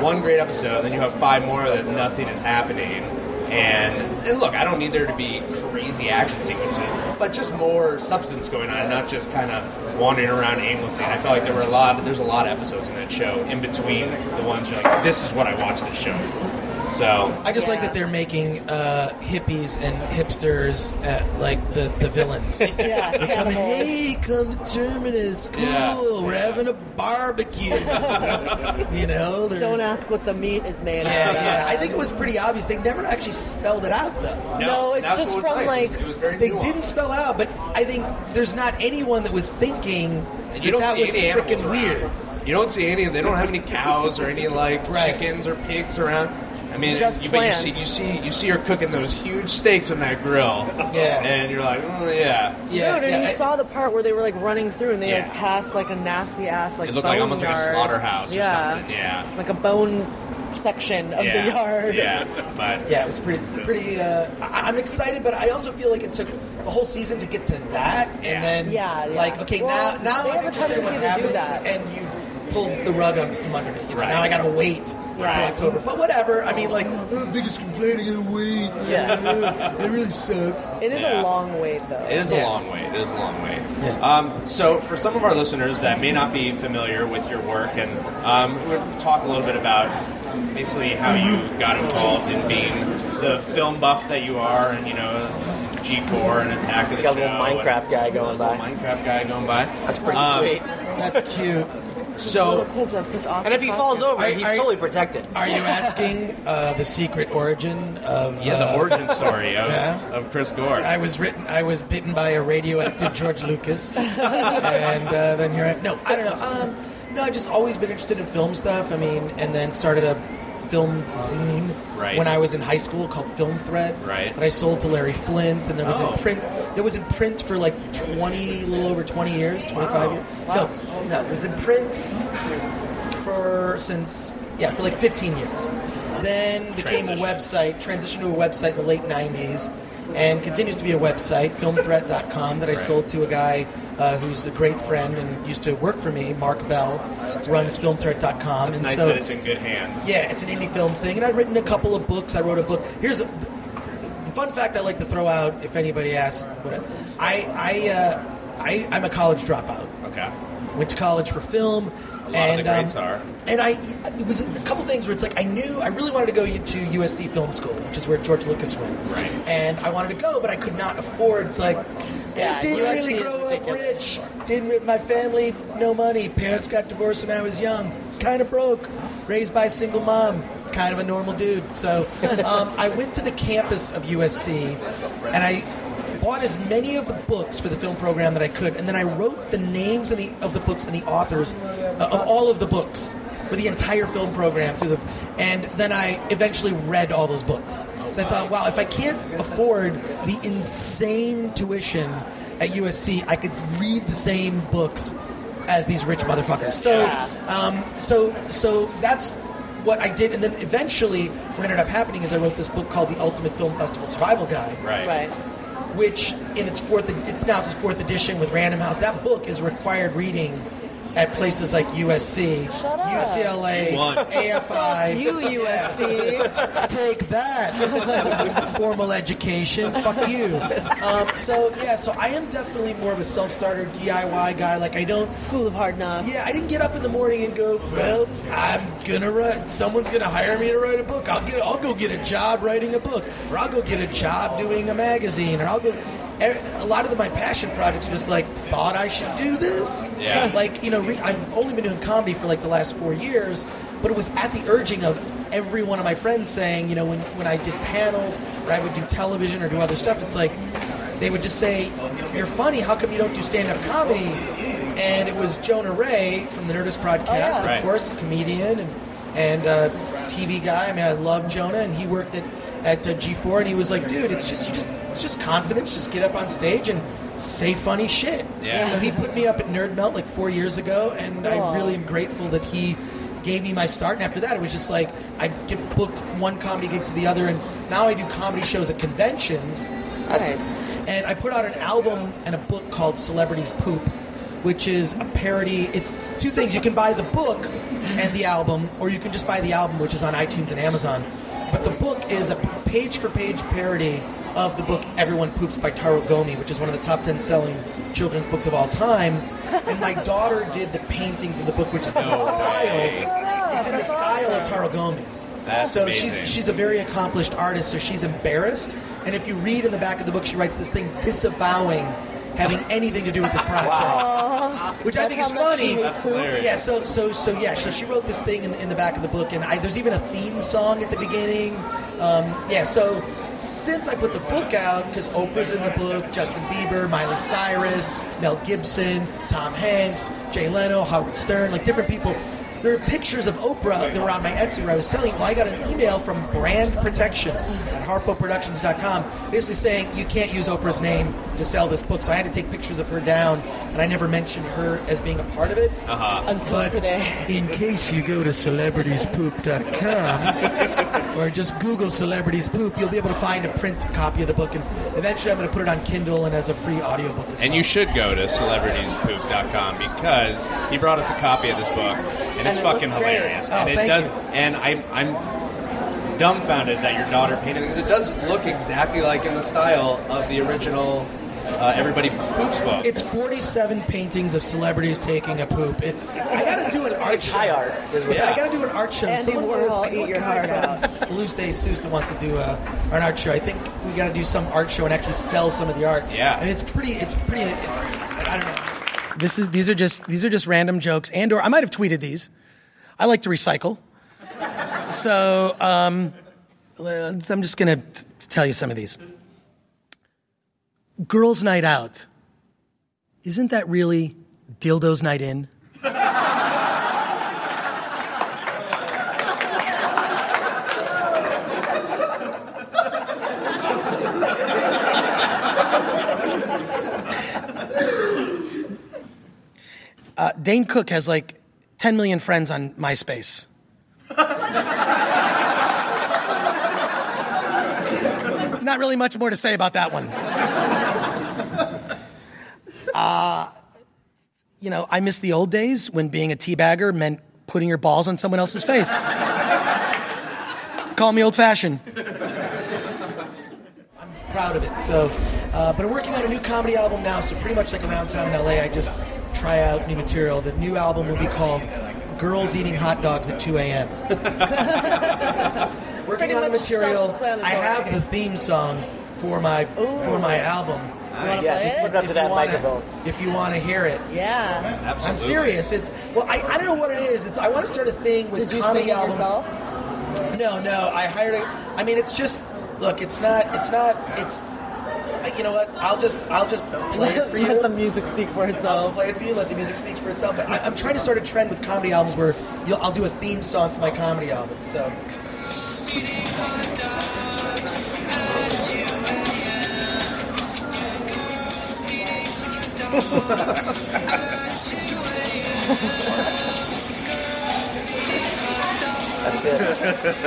Speaker 2: one great episode, then you have five more that nothing is happening. And, and look, I don't need there to be crazy action sequences, but just more substance going on, not just kind of wandering around aimlessly. And I felt like there were a lot. There's a lot of episodes in that show in between the ones you're like, this is what I watched this show. for. So
Speaker 3: I just like
Speaker 5: Yeah.
Speaker 3: that they're making uh, hippies and hipsters at, like the, the villains.
Speaker 5: Yeah,
Speaker 3: Come,
Speaker 5: cannibals.
Speaker 3: hey, come to Terminus. Cool.
Speaker 2: Yeah.
Speaker 3: We're having a barbecue. you know? they're-
Speaker 5: Don't ask what the meat is made
Speaker 3: Yeah,
Speaker 5: out of.
Speaker 3: yeah. I think it was pretty obvious. They never actually spelled it out, though.
Speaker 5: No, it's
Speaker 2: that's
Speaker 5: just
Speaker 2: what was
Speaker 5: from,
Speaker 2: nice. It was-
Speaker 5: like-
Speaker 2: it was very
Speaker 3: They
Speaker 2: nuanced.
Speaker 3: didn't spell it out, but I think there's not anyone that was thinking
Speaker 2: And
Speaker 3: that that was
Speaker 2: animals
Speaker 3: freaking
Speaker 2: around.
Speaker 3: weird.
Speaker 2: You don't see any. They don't have any cows or any like
Speaker 3: Right.
Speaker 2: chickens or pigs around. I mean,
Speaker 5: Just
Speaker 2: you, but you
Speaker 5: plants.
Speaker 2: see, you see, you see her cooking those huge steaks on that grill.
Speaker 3: Yeah.
Speaker 2: and you're like, oh, yeah.
Speaker 3: Yeah,
Speaker 5: Dude, and
Speaker 3: yeah, I-
Speaker 5: you saw the part where they were like running through and they
Speaker 2: Yeah.
Speaker 5: had passed like a nasty ass like
Speaker 2: It looked like
Speaker 5: bone
Speaker 2: almost like a
Speaker 5: yard.
Speaker 2: slaughterhouse
Speaker 5: yeah.
Speaker 2: or something. Yeah,
Speaker 5: Like a bone section of
Speaker 2: yeah.
Speaker 5: the yard.
Speaker 2: Yeah, but
Speaker 3: Yeah, it was pretty, pretty. Uh, I, I'm excited, but I also feel like it took the whole season to get to that,
Speaker 2: Yeah.
Speaker 3: and then
Speaker 5: Yeah, yeah.
Speaker 3: like okay,
Speaker 5: Well,
Speaker 3: now now
Speaker 5: they
Speaker 3: I'm
Speaker 5: have a
Speaker 3: interested in what's
Speaker 5: tendency to
Speaker 3: happening,
Speaker 5: do that.
Speaker 3: and you pulled the rug on, from under me. You know,
Speaker 2: Right.
Speaker 3: now I gotta wait
Speaker 5: Right.
Speaker 3: until October. But whatever. I mean, like oh, biggest complaint, I gotta wait. Yeah, it really sucks.
Speaker 5: It is
Speaker 2: Yeah.
Speaker 5: a long wait though.
Speaker 2: It is
Speaker 3: Yeah.
Speaker 2: a long way. It is a long way.
Speaker 3: Yeah.
Speaker 2: Um, so, for some of our listeners that may not be familiar with your work, and um, we'll talk a little bit about basically how you got involved in being the film buff that you are, and you know, G4 and Attack of the
Speaker 4: Got a
Speaker 2: Show.
Speaker 4: little Minecraft guy going
Speaker 2: and little
Speaker 4: by.
Speaker 2: Minecraft guy going by.
Speaker 4: That's pretty
Speaker 2: Um,
Speaker 4: sweet.
Speaker 3: That's cute.
Speaker 5: Little
Speaker 2: So,
Speaker 5: kids have such awesome
Speaker 4: And if he falls
Speaker 5: costumes.
Speaker 4: over,
Speaker 3: I-
Speaker 4: he's
Speaker 3: I-
Speaker 4: totally protected.
Speaker 3: Are you asking uh, the secret origin of
Speaker 2: yeah, the
Speaker 3: uh,
Speaker 2: origin story of,
Speaker 3: Yeah.
Speaker 2: of Chris Gore.
Speaker 3: I was written. I was bitten by a radioactive George Lucas, and uh, then here I no. I don't know. Um, no, I've just always been interested in film stuff. I mean, and then started a film zine
Speaker 2: Right.
Speaker 3: when I was in high school called Film Thread.
Speaker 2: Right.
Speaker 3: That I sold to Larry Flint, and there was
Speaker 2: Oh.
Speaker 3: in print. There was in print for like twenty, a little over twenty years, twenty five years. No, no, it was in print for since yeah for like fifteen years. Then became a
Speaker 2: Transition.
Speaker 3: website, transitioned to a website in the late 90s, and continues to be a website, filmthreat.com, that I sold to a guy uh, who's a great friend and used to work for me, Mark Bell, runs filmthreat.com.
Speaker 2: it's
Speaker 3: and
Speaker 2: nice
Speaker 3: so,
Speaker 2: that it's in good hands.
Speaker 3: yeah, it's an indie film thing, and I'd written a couple of books. I wrote a book. Here's a, the fun fact I like to throw out if anybody asks. What I, I, uh, I, I'm a college dropout
Speaker 2: Okay.
Speaker 3: went to college for film.
Speaker 2: lot of the
Speaker 3: and, um,
Speaker 2: greats are.
Speaker 3: And I, it was a couple things where it's like I knew I really wanted to go to USC Film School, which is where George Lucas went.
Speaker 2: Right.
Speaker 3: And I wanted to go, but I could not afford. It's like,
Speaker 5: Yeah,
Speaker 3: I didn't
Speaker 5: USC
Speaker 3: really
Speaker 5: is
Speaker 3: grow up rich.
Speaker 5: ridiculous.
Speaker 3: Didn't re- my family no money. Parents got divorced when I was young. Kind of broke. Raised by a single mom. Kind of a normal dude. So um, I went to the campus of USC, and I bought as many of the books for the film program that I could, and then I wrote the names of the of the books and the authors uh, of all of the books for the entire film program through the. And then I eventually read all those books. So I thought, wow, if I can't afford the insane tuition at USC, I could read the same books as these rich motherfuckers. So, um, so, so that's what I did. And then eventually, what ended up happening is I wrote this book called The Ultimate Film Festival Survival Guide,
Speaker 2: Right.
Speaker 5: Right.
Speaker 3: which in its fourth, it's now its fourth edition with Random House. That book is required reading at places like USC,
Speaker 5: Shut up.
Speaker 3: UCLA,
Speaker 2: You won.
Speaker 3: AFI.
Speaker 5: You USC.
Speaker 3: Take that, formal education. Fuck you. Um, so yeah, so I am definitely more of a self-starter DIY guy. Like I don't.
Speaker 5: School of Hard Knocks.
Speaker 3: Yeah, I didn't get up in the morning and go. Well, I'm gonna write. Someone's gonna hire me to write a book. I'll get. I'll go get a job writing a book, or I'll go get a job doing a magazine, or I'll go. e-" A lot of my passion projects are just like thought I should do this.
Speaker 2: Yeah.
Speaker 3: Like you know, re- I've only been doing comedy for like the last four years, but it was at the urging of every one of my friends saying, you know, when when I did panels or I would do television or do other stuff, it's like they would just say, "You're funny. How come you don't do stand up comedy?" And it was Jonah Ray from the Nerdist podcast,
Speaker 5: yeah.
Speaker 3: of
Speaker 2: Right.
Speaker 3: course, comedian and and uh, TV guy. I mean, I love Jonah, and he worked at at uh, G4, and he was like, "Dude, it's just you just it's just confidence. Just get up on stage and." Say funny shit.
Speaker 2: Yeah.
Speaker 3: So he put me up at Nerd Melt like four years ago, and I
Speaker 5: Aw.
Speaker 3: really am grateful that he gave me my start. And after that, it was just like I get booked from one comedy gig to the other, and now I do comedy shows at conventions.
Speaker 5: Nice.
Speaker 3: And I put out an album and a book called Celebrities Poop, which is a parody. It's two things. You can buy the book and the album, or you can just buy the album, which is on iTunes and Amazon. But the book is a page for page parody of the book Everyone Poops by Taro Gomi, which is one of the top 10 selling children's books of all time. And my daughter did the paintings of the book, which is in the
Speaker 2: No
Speaker 3: style. It's in the style of Taro Gomi.
Speaker 2: That's
Speaker 3: so
Speaker 2: amazing.
Speaker 3: she's she's a very accomplished artist, so she's embarrassed. And if you read in the back of the book, she writes this thing disavowing having anything to do with this project, which I think is funny. Yeah, so so so yeah, so she wrote this thing in the, in the back of the book, and I, there's even a theme song at the beginning. Um, yeah, so since I put the book out, because Oprah's in the book, Justin Bieber, Miley Cyrus, Mel Gibson, Tom Hanks, Jay Leno, Howard Stern, like different people. There are pictures of Oprah that were on my Etsy where I was selling. Well, I got an email from Brand Protection at harpoproductions.com basically saying you can't use Oprah's name to sell this book. So I had to take pictures of her down, and I never mentioned her as being a part of it.
Speaker 5: until
Speaker 3: But
Speaker 5: today.
Speaker 3: in case you go to celebritiespoop.com or just Google celebrities poop, you'll be able to find a print copy of the book. And eventually, I'm going to put it on Kindle and as a free audiobook as
Speaker 2: And
Speaker 3: well.
Speaker 2: you should go to celebritiespodoop.com because he brought us a copy of this book, and it's
Speaker 5: it
Speaker 2: fucking
Speaker 5: looks great.
Speaker 2: hilarious.
Speaker 3: Oh,
Speaker 2: and it
Speaker 3: thank
Speaker 2: does.
Speaker 3: you.
Speaker 2: And I'm I'm dumbfounded that your daughter painted because it does look exactly like in the style of the original uh, Everybody Poops book.
Speaker 3: It's 47 paintings of celebrities taking a poop. It's I gotta do an art show.
Speaker 4: High art is what
Speaker 3: Yeah, I gotta do an art show.
Speaker 5: Andy
Speaker 3: was-
Speaker 5: Warhol,
Speaker 3: I know
Speaker 5: eat
Speaker 3: a
Speaker 5: your
Speaker 3: guy
Speaker 5: heart
Speaker 3: from Luz de Seuss that wants to do uh, an art show. I think we gotta do some art show and actually sell some of the art.
Speaker 2: Yeah.
Speaker 3: and it's pretty. It's pretty. It's, I I don't know. This is these are just these are just random jokes and or I might have tweeted these. I like to recycle, so um, I'm just gonna t- tell you some of these. Girls' night out isn't that really dildo's night in? Uh, Dane Cook has like 10 million friends on MySpace. Not really much more to say about that one. Uh, you know, I miss the old days when being a teabagger meant putting your balls on someone else's face. Call me old fashioned. I'm proud of it. So, uh, but I'm working on a new comedy album now. So pretty much like around town in LA, I just try out new material. The new album will be called "Girls Eating Hot Dogs at 2 A.M." working
Speaker 5: Pretty
Speaker 3: on the
Speaker 5: much
Speaker 3: material. I
Speaker 5: self-explanatory.
Speaker 3: have the theme song for my for my album.
Speaker 4: Yes, put it up
Speaker 3: If
Speaker 4: to
Speaker 3: you
Speaker 4: that
Speaker 3: wanna-
Speaker 4: microphone.
Speaker 3: If you want to hear it.
Speaker 5: Yeah.
Speaker 2: Absolutely.
Speaker 3: I'm serious. It's well, I, I don't know what it is. It's I want to start a thing with
Speaker 5: Did you
Speaker 3: comedy
Speaker 5: sing it
Speaker 3: albums.
Speaker 5: yourself?
Speaker 3: No, no. I hired a. I mean, it's just look. It's not. It's not. It's. You know what? I'll just. I'll just play it for
Speaker 5: Let the
Speaker 3: you.
Speaker 5: music speak for
Speaker 3: I'll just
Speaker 5: itself.
Speaker 3: play it for you. Let the music speak for itself. But I, I'm trying to start a trend with comedy albums where you'll, I'll do a theme song for my comedy album. So.
Speaker 4: That's good.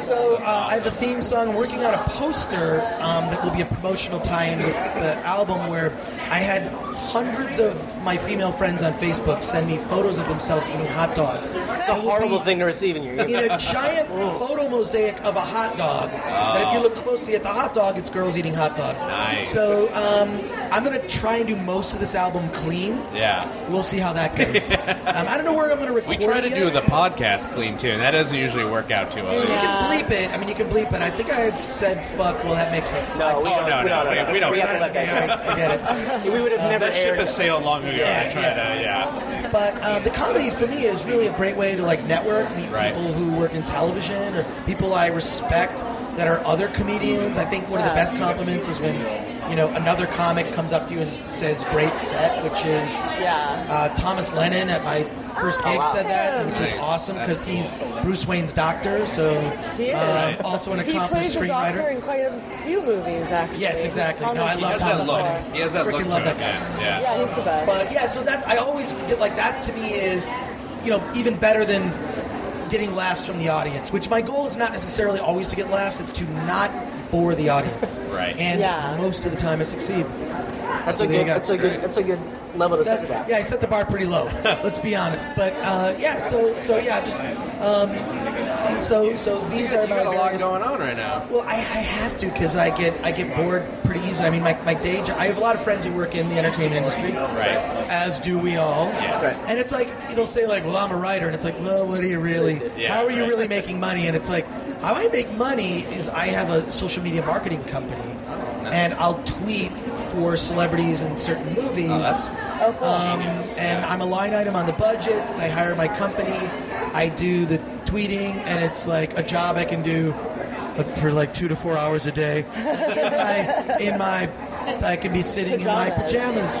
Speaker 3: So uh, I have a theme song. I'm working on a poster um, that will be a promotional tie-in with the album, where I had hundreds of my female friends on Facebook send me photos of themselves eating hot dogs.
Speaker 4: It's a horrible thing to receive in your ear.
Speaker 3: In a giant photo mosaic of a hot dog. That if you look closely at the hot dog, it's girls eating hot dogs.
Speaker 2: Nice.
Speaker 3: So um, I'm gonna try and do most of this album clean.
Speaker 2: Yeah.
Speaker 3: We'll see how that goes. um, I don't know where I'm gonna record.
Speaker 2: We try to
Speaker 3: it
Speaker 2: do
Speaker 3: yet.
Speaker 2: the podcast clean too, and that doesn't usually work out too well.
Speaker 3: You can bleep it. I mean, you can bleep it. I think I've said fuck. Well, that makes it.
Speaker 4: No, we
Speaker 2: Oh,
Speaker 4: don't.
Speaker 2: no,
Speaker 4: we
Speaker 2: no,
Speaker 4: don't.
Speaker 2: we- we don't.
Speaker 4: We have to let
Speaker 3: Okay,
Speaker 4: that
Speaker 3: all right, forget it.
Speaker 4: go. We would have never
Speaker 2: That ship
Speaker 4: aired.
Speaker 2: has sailed long ago. I try to, yeah.
Speaker 3: But uh, the comedy for me is really a great way to like network, meet
Speaker 2: Right.
Speaker 3: people who work in television or people I respect that are other comedians. I think one of the best compliments is when you know another comic comes up to you and says "great set," which is
Speaker 5: Yeah.
Speaker 3: Uh, Thomas Lennon at my first gig said that, which was
Speaker 2: Oh, Nice.
Speaker 3: awesome
Speaker 2: That's
Speaker 3: because he's Bruce Wayne's doctor, so
Speaker 5: He is.
Speaker 3: uh, also an
Speaker 5: He plays
Speaker 3: accomplished
Speaker 5: the doctor
Speaker 3: screenwriter.
Speaker 5: in quite a few movies, actually.
Speaker 3: Yes,
Speaker 5: He's
Speaker 3: exactly.
Speaker 5: on
Speaker 3: No,
Speaker 5: the-
Speaker 3: I
Speaker 2: He
Speaker 3: love
Speaker 2: has
Speaker 5: he's
Speaker 2: that
Speaker 3: Thomas
Speaker 5: on the
Speaker 2: look.
Speaker 3: Lennon.
Speaker 5: floor.
Speaker 2: He has that
Speaker 3: Freaking
Speaker 2: look to
Speaker 3: love
Speaker 2: him.
Speaker 3: that guy.
Speaker 2: Yeah. yeah.
Speaker 5: Yeah, he's the best.
Speaker 3: But yeah, so that's I always forget like that to me is, you know, even better than getting laughs from the audience. Which my goal is not necessarily always to get laughs; it's to not bore the audience.
Speaker 2: Right.
Speaker 3: And
Speaker 5: Yeah.
Speaker 3: most of the time, I succeed.
Speaker 4: That's
Speaker 3: So
Speaker 4: a
Speaker 3: there you
Speaker 4: good.
Speaker 3: go.
Speaker 4: That's a good. That's a good level to set
Speaker 3: That's
Speaker 4: it at.
Speaker 3: yeah. I set the bar pretty low. let's be honest. But uh, yeah, so so yeah, just um, yeah. So so these are
Speaker 2: you
Speaker 3: my
Speaker 2: got a lot
Speaker 3: various-
Speaker 2: going on right now.
Speaker 3: Well, I, I have to because I get I get bored pretty easily. I mean, my, my day job. I have a lot of friends who work in the entertainment industry,
Speaker 2: Right.
Speaker 3: As do we all.
Speaker 2: Yes. Right.
Speaker 3: And it's like they'll say like, "Well, I'm a writer," and it's like, "Well, what are you really?
Speaker 2: Yeah,
Speaker 3: how are you
Speaker 2: right.
Speaker 3: really making money?" And it's like, how I make money is I have a social media marketing company,
Speaker 2: Oh,
Speaker 3: and I'll tweet for celebrities in certain movies.
Speaker 2: that's-
Speaker 5: Oh, cool.
Speaker 3: Um, and I'm a line item on the budget. I hire my company. I do the tweeting, and it's like a job I can do like, for like two to four hours a day. in, my, in my, I can be sitting in my
Speaker 5: Pajamas.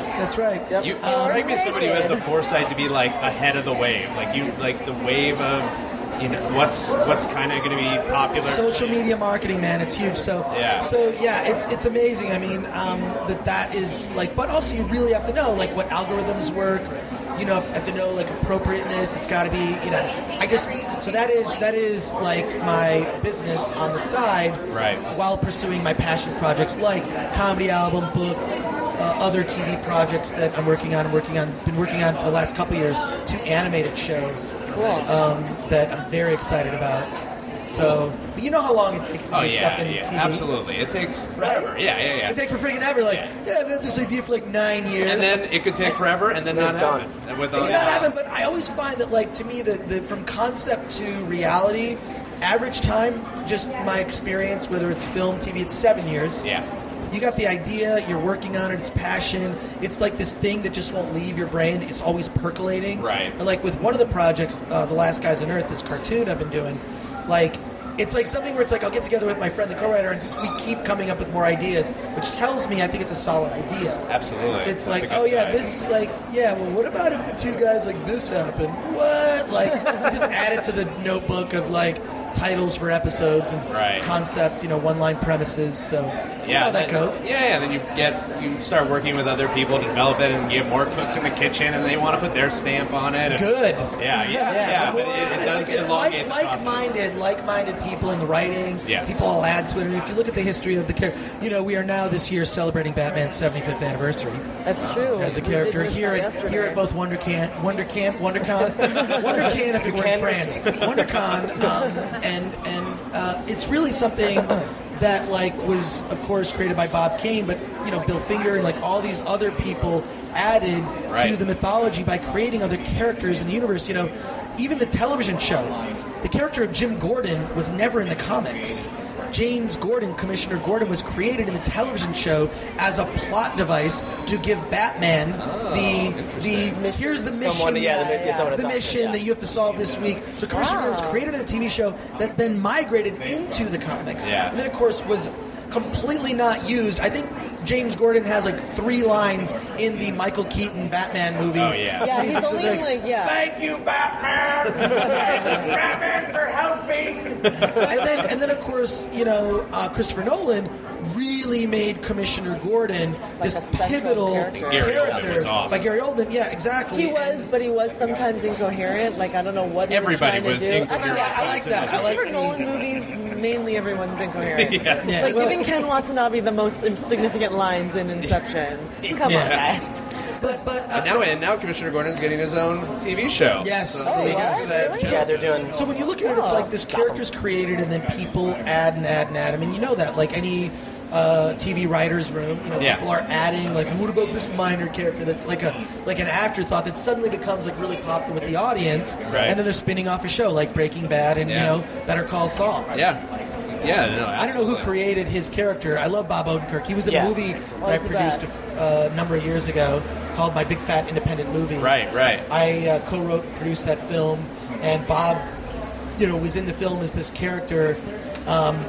Speaker 3: pajamas. That's right.
Speaker 2: You, you strike me as somebody who has the foresight to be like ahead of the wave, like you, like the wave of, you know, what's what's kind of going to be popular.
Speaker 3: Social media marketing, man, it's huge. So,
Speaker 2: Yeah.
Speaker 3: so yeah, it's it's amazing. I mean, um, that that is like, but also you really have to know like what algorithms work. You know, have to, have to know like appropriateness. It's got to be, you know. I just so that is that is like my business on the side,
Speaker 2: Right.
Speaker 3: While pursuing my passion projects like comedy album, book, uh, other TV projects that I'm working on, working on, been working on for the last couple years, two animated shows um, that I'm very excited about. So, but you know how long it takes to do
Speaker 2: Oh
Speaker 3: stuff
Speaker 2: yeah,
Speaker 3: in
Speaker 2: yeah,
Speaker 3: TV.
Speaker 2: absolutely. It takes
Speaker 3: Right?
Speaker 2: forever. Yeah, yeah, yeah.
Speaker 3: It takes for freaking ever. Like,
Speaker 2: Yeah.
Speaker 3: yeah, I've had this idea for like nine years.
Speaker 2: and then it could take forever, and then
Speaker 4: Then
Speaker 2: not
Speaker 4: it's gone.
Speaker 2: happen. And with
Speaker 3: It
Speaker 2: all-
Speaker 3: did not happen, but I always find that, like, to me, the, the from concept to reality, average time, just my experience, whether it's film, TV, it's seven years.
Speaker 2: Yeah.
Speaker 3: You got the idea, you're working on it, it's passion. It's like this thing that just won't leave your brain, it's always percolating.
Speaker 2: Right.
Speaker 3: And, like, with one of the projects, uh, The Last Guys on Earth, this cartoon I've been doing, like, it's like something where it's like I'll get together with my friend, the co-writer, and just we keep coming up with more ideas, which tells me I think it's a solid idea
Speaker 2: Absolutely.
Speaker 3: it's
Speaker 2: That's a
Speaker 3: like,
Speaker 2: good
Speaker 3: oh yeah,
Speaker 2: sign.
Speaker 3: this like, yeah. Well, what about if the two guys like this happen? What? Like, just add it to the notebook of like titles for episodes and
Speaker 2: Right.
Speaker 3: concepts. You know, one-line premises. So you know how that
Speaker 2: then-
Speaker 3: goes.
Speaker 2: Yeah, yeah. Then you get you start working with other people to develop it and get more cooks in the kitchen, and they want to put their stamp on it. and-
Speaker 3: Good.
Speaker 2: Yeah, yeah, yeah. but it, it
Speaker 3: It's
Speaker 2: does
Speaker 3: like-
Speaker 2: elongate the
Speaker 3: like,
Speaker 2: process.
Speaker 3: like-minded, like-minded people in the writing.
Speaker 2: Yes.
Speaker 3: People all add to it. And if you look at the history of the character, you know, we are now this year celebrating Batman's 75th anniversary.
Speaker 5: That's true.
Speaker 3: as a
Speaker 5: We did
Speaker 3: character
Speaker 5: just
Speaker 3: here
Speaker 5: that
Speaker 3: at
Speaker 5: yesterday.
Speaker 3: here at both WonderCan, WonderCan, WonderCon, WonderCan if it were in France, WonderCon, um, and and uh, it's really something that like was of course created by Bob Kane, but you know Bill Finger and like all these other people added to
Speaker 2: Right.
Speaker 3: the mythology by creating other characters in the universe. You know, even the television show, the character of Jim Gordon was never in the comics. James Gordon, Commissioner Gordon, was created in the television show as a plot device to give Batman the the here's the mission,
Speaker 4: Oh, Someone- yeah, the mi- yeah, someone to
Speaker 3: the
Speaker 4: talk to,
Speaker 3: mission
Speaker 4: yeah.
Speaker 3: that you have to solve this week. So Commissioner Gordon was created in the TV show that then migrated into the comics,
Speaker 2: Yeah.
Speaker 3: and then of course was completely not used. I think. James Gordon has like three lines in the Michael Keaton Batman movies.
Speaker 2: Oh, yeah.
Speaker 5: Yeah, he's
Speaker 3: just
Speaker 5: only in, like, yeah.
Speaker 3: Thank you, Batman. Thanks, Batman, for helping. and then, and then, of course, you know, uh, Christopher Nolan really made Commissioner Gordon
Speaker 5: a
Speaker 3: this
Speaker 5: central
Speaker 3: pivotal
Speaker 5: character.
Speaker 3: character.
Speaker 2: Gary Oldman was awesome.
Speaker 3: By Gary Oldman, yeah, exactly.
Speaker 5: He was, but he was sometimes incoherent. Like I don't know what he
Speaker 2: Everybody
Speaker 5: was,
Speaker 2: was
Speaker 5: trying to do.
Speaker 2: incoherent.
Speaker 5: Actually,
Speaker 3: uh, I like that. I like
Speaker 5: Christopher
Speaker 3: the-
Speaker 5: Nolan movies, mainly everyone's incoherent.
Speaker 3: And, yeah,
Speaker 5: Like
Speaker 3: well,
Speaker 5: giving Ken Watanabe the most significant lines in Inception. Come on,
Speaker 3: Yeah.
Speaker 5: guys.
Speaker 3: but but uh,
Speaker 2: And now, and now, Commissioner Gordon's getting his own TV show.
Speaker 3: Yes.
Speaker 2: So
Speaker 3: Oh,
Speaker 2: we
Speaker 5: what?
Speaker 2: can do that
Speaker 5: Really?
Speaker 2: justice.
Speaker 4: Yeah, they're doing.
Speaker 3: So when you look at it, it's like this character's created, and then people add and add and add. I mean, you know that, like any uh, TV writers' room, you know,
Speaker 2: Yeah.
Speaker 3: people are adding. Like, what about this minor character that's like a like an afterthought that suddenly becomes like really popular with the audience,
Speaker 2: Right.
Speaker 3: and then they're spinning off a show like Breaking Bad and
Speaker 2: Yeah.
Speaker 3: you know Better Call Saul.
Speaker 2: Yeah. Yeah. No,
Speaker 3: I don't know who
Speaker 2: absolutely.
Speaker 3: created his character. I love Bob Odenkirk. He was in
Speaker 4: Yeah.
Speaker 3: a movie that I
Speaker 5: Always the
Speaker 3: produced uh,
Speaker 5: best.
Speaker 3: a a number of years ago called My Big Fat Independent Movie.
Speaker 2: Right. Right.
Speaker 3: I uh, co-wrote, produced that film, and Bob, you know, was in the film as this character. Um,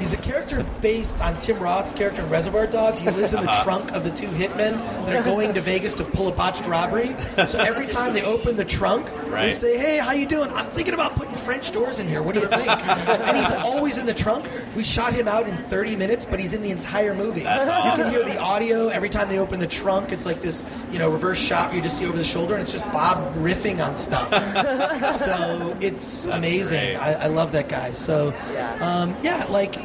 Speaker 3: he's a character based on Tim Roth's character in Reservoir Dogs. He lives in the trunk of the two hitmen that are going to Vegas to pull a botched robbery. So every time they open the trunk, they
Speaker 2: Right.
Speaker 3: say, "Hey, how you doing? I'm thinking about putting French doors in here. What do you think?" and he's always in the trunk. We shot him out in 30 minutes, but he's in the entire movie.
Speaker 2: That's
Speaker 3: You
Speaker 2: awesome.
Speaker 3: can hear the audio every time they open the trunk. It's like this, you know, reverse shot where you just see over the shoulder, and it's just Bob riffing on stuff. so it's amazing.
Speaker 2: great.
Speaker 3: I, I love that guy. So, um, yeah, like,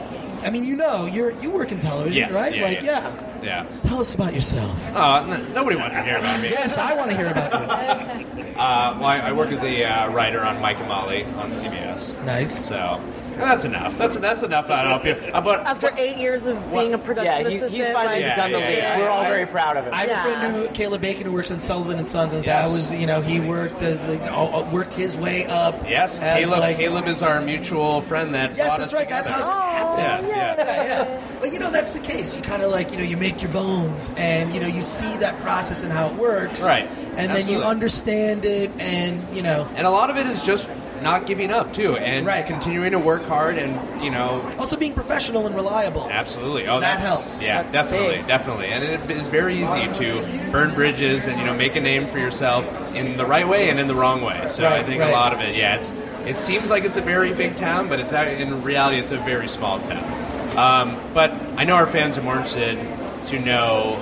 Speaker 3: I mean, you know, you're you work in television,
Speaker 2: Yes.
Speaker 3: right?
Speaker 2: Yeah,
Speaker 3: like,
Speaker 2: yeah.
Speaker 3: yeah.
Speaker 2: Yeah.
Speaker 3: Tell us about yourself.
Speaker 2: Uh, n- nobody wants to hear about me.
Speaker 3: Yes, I want to hear about you.
Speaker 2: Uh, well, I, I work as a uh, writer on Mike and Molly on CBS.
Speaker 3: Nice.
Speaker 2: So and that's enough. That's that's enough out of you. Uh, but
Speaker 5: After eight years of being a production
Speaker 4: Yeah, he, he's
Speaker 5: assistant,
Speaker 4: finally
Speaker 5: like,
Speaker 2: Yeah,
Speaker 4: done the
Speaker 2: yeah,
Speaker 4: lead.
Speaker 2: yeah.
Speaker 4: We're all very proud of him.
Speaker 3: I have
Speaker 5: Yeah.
Speaker 3: a friend who, Caleb Bacon, who works in Sullivan and Sons, and
Speaker 2: Yes.
Speaker 3: that was, you know, he worked as a, uh, uh, worked his way up.
Speaker 2: yes,
Speaker 3: as,
Speaker 2: Caleb.
Speaker 3: like-
Speaker 2: Caleb is our mutual friend that
Speaker 3: Yes,
Speaker 2: brought
Speaker 3: that's
Speaker 2: us
Speaker 3: right. That's how
Speaker 2: together.
Speaker 3: this
Speaker 2: Yes,
Speaker 3: happened.
Speaker 2: yeah.
Speaker 3: yeah, yeah. But you know, that's the case. You kind of like, you know, you make your bones and, you know, you see that process and how it works.
Speaker 2: Right.
Speaker 3: And then you
Speaker 2: Absolutely.
Speaker 3: understand it and, you know.
Speaker 2: And a lot of it is just not giving up too, and
Speaker 3: Right.
Speaker 2: continuing to work hard, and you know,
Speaker 3: Also being professional and reliable.
Speaker 2: Absolutely. Oh,
Speaker 3: That
Speaker 2: that's,
Speaker 3: helps.
Speaker 2: Yeah,
Speaker 5: That's
Speaker 2: definitely,
Speaker 5: big.
Speaker 2: definitely. And it is very easy to burn bridges and you know make a name for yourself in the right way and in the wrong way. So I
Speaker 3: Right,
Speaker 2: think
Speaker 3: right.
Speaker 2: a lot of it, yeah, it's it seems like it's a very big town, but it's act- in reality it's a very small town. Um, but I know our fans are more interested to know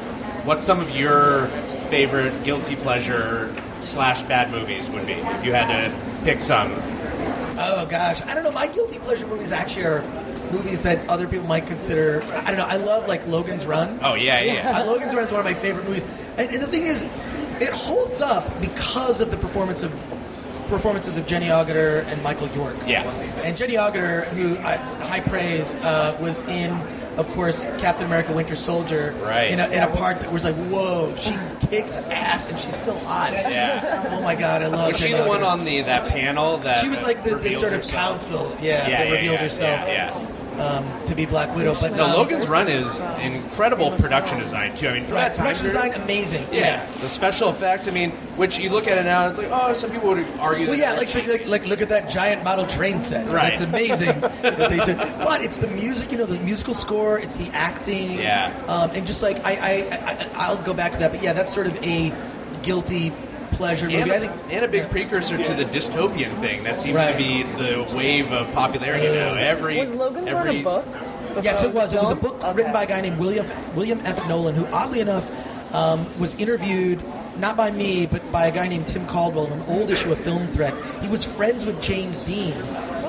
Speaker 2: what some of your favorite guilty pleasure slash bad movies would be if you had to pick some.
Speaker 3: Oh gosh, I don't know. My guilty pleasure movies actually are movies that other people might consider. I don't know. I love like Logan's Run.
Speaker 2: Oh yeah, yeah. yeah.
Speaker 3: Uh, Logan's Run is one of my favorite movies, and, and the thing is, it holds up because of the performance of performances of Jenny Augier and Michael York.
Speaker 2: Yeah.
Speaker 3: And Jenny Augier, who I, high praise, uh, was in, of course, Captain America: Winter Soldier.
Speaker 2: Right.
Speaker 3: In a, in a part that was like, whoa, she kicks ass and she's still hot.
Speaker 2: Yeah.
Speaker 3: Oh my god, I love.
Speaker 2: Was she
Speaker 3: Jenny
Speaker 2: the
Speaker 3: Augier.
Speaker 2: one on the that panel that
Speaker 3: She was like the, the
Speaker 2: reveals
Speaker 3: sort of
Speaker 2: herself?
Speaker 3: counsel, yeah,
Speaker 2: yeah,
Speaker 3: that
Speaker 2: yeah,
Speaker 3: reveals
Speaker 2: yeah, Yeah,
Speaker 3: herself
Speaker 2: yeah.
Speaker 3: Um, to be Black Widow. But
Speaker 2: No,
Speaker 3: um,
Speaker 2: Logan's Run is incredible production design too. I mean, for
Speaker 3: right,
Speaker 2: that time
Speaker 3: production
Speaker 2: period-
Speaker 3: design, amazing.
Speaker 2: yeah. the special effects. I mean, which you look at it now, it's like, oh, some people would argue.
Speaker 3: Well,
Speaker 2: that
Speaker 3: yeah,
Speaker 2: they're
Speaker 3: like, like, like, like, look at that giant model train set.
Speaker 2: Right.
Speaker 3: That's amazing that they took. But it's the music, you know, the musical score, it's the acting.
Speaker 2: Yeah.
Speaker 3: Um, and just like, I, I, I, I'll go back to that. But yeah, that's sort of a guilty pleasure
Speaker 2: and
Speaker 3: movie.
Speaker 2: a,
Speaker 3: I think.
Speaker 2: and a big precursor to the dystopian thing that seems to
Speaker 3: Right.
Speaker 2: be the wave of popularity now. Every
Speaker 5: Was Logan's Run
Speaker 2: every,
Speaker 5: a book?
Speaker 3: Yes,
Speaker 5: before
Speaker 3: it was. It was a
Speaker 5: film?
Speaker 3: book
Speaker 5: Okay.
Speaker 3: written by a guy named William William F. Nolan, who oddly enough um, was interviewed not by me, but by a guy named Tim Caldwell in an old issue of Film Threat. He was friends with James Dean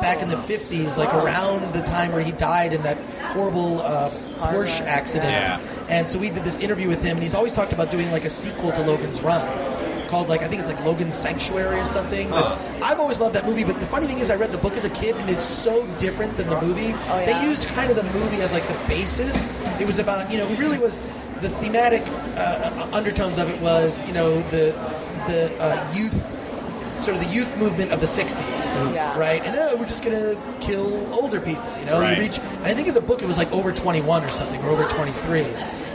Speaker 3: back in the '50s, like around the time where he died in that horrible uh, Porsche accident.
Speaker 2: Yeah.
Speaker 3: And so we did this interview with him, and he's always talked about doing like a sequel to Logan's Run. Called like I think it's like Logan's Sanctuary or something. But I've always loved that movie. But the funny thing is, I read the book as a kid, and it's so different than the movie.
Speaker 5: yeah.
Speaker 3: They used kind of the movie as like the basis. It was about you know it really was the thematic uh, undertones of it was you know the the uh, youth sort of the youth movement of the 60s
Speaker 5: Yeah.
Speaker 3: right and oh we're just gonna kill older people you know
Speaker 2: Right.
Speaker 3: you reach and i think in the book it was like over 21 or something or over 23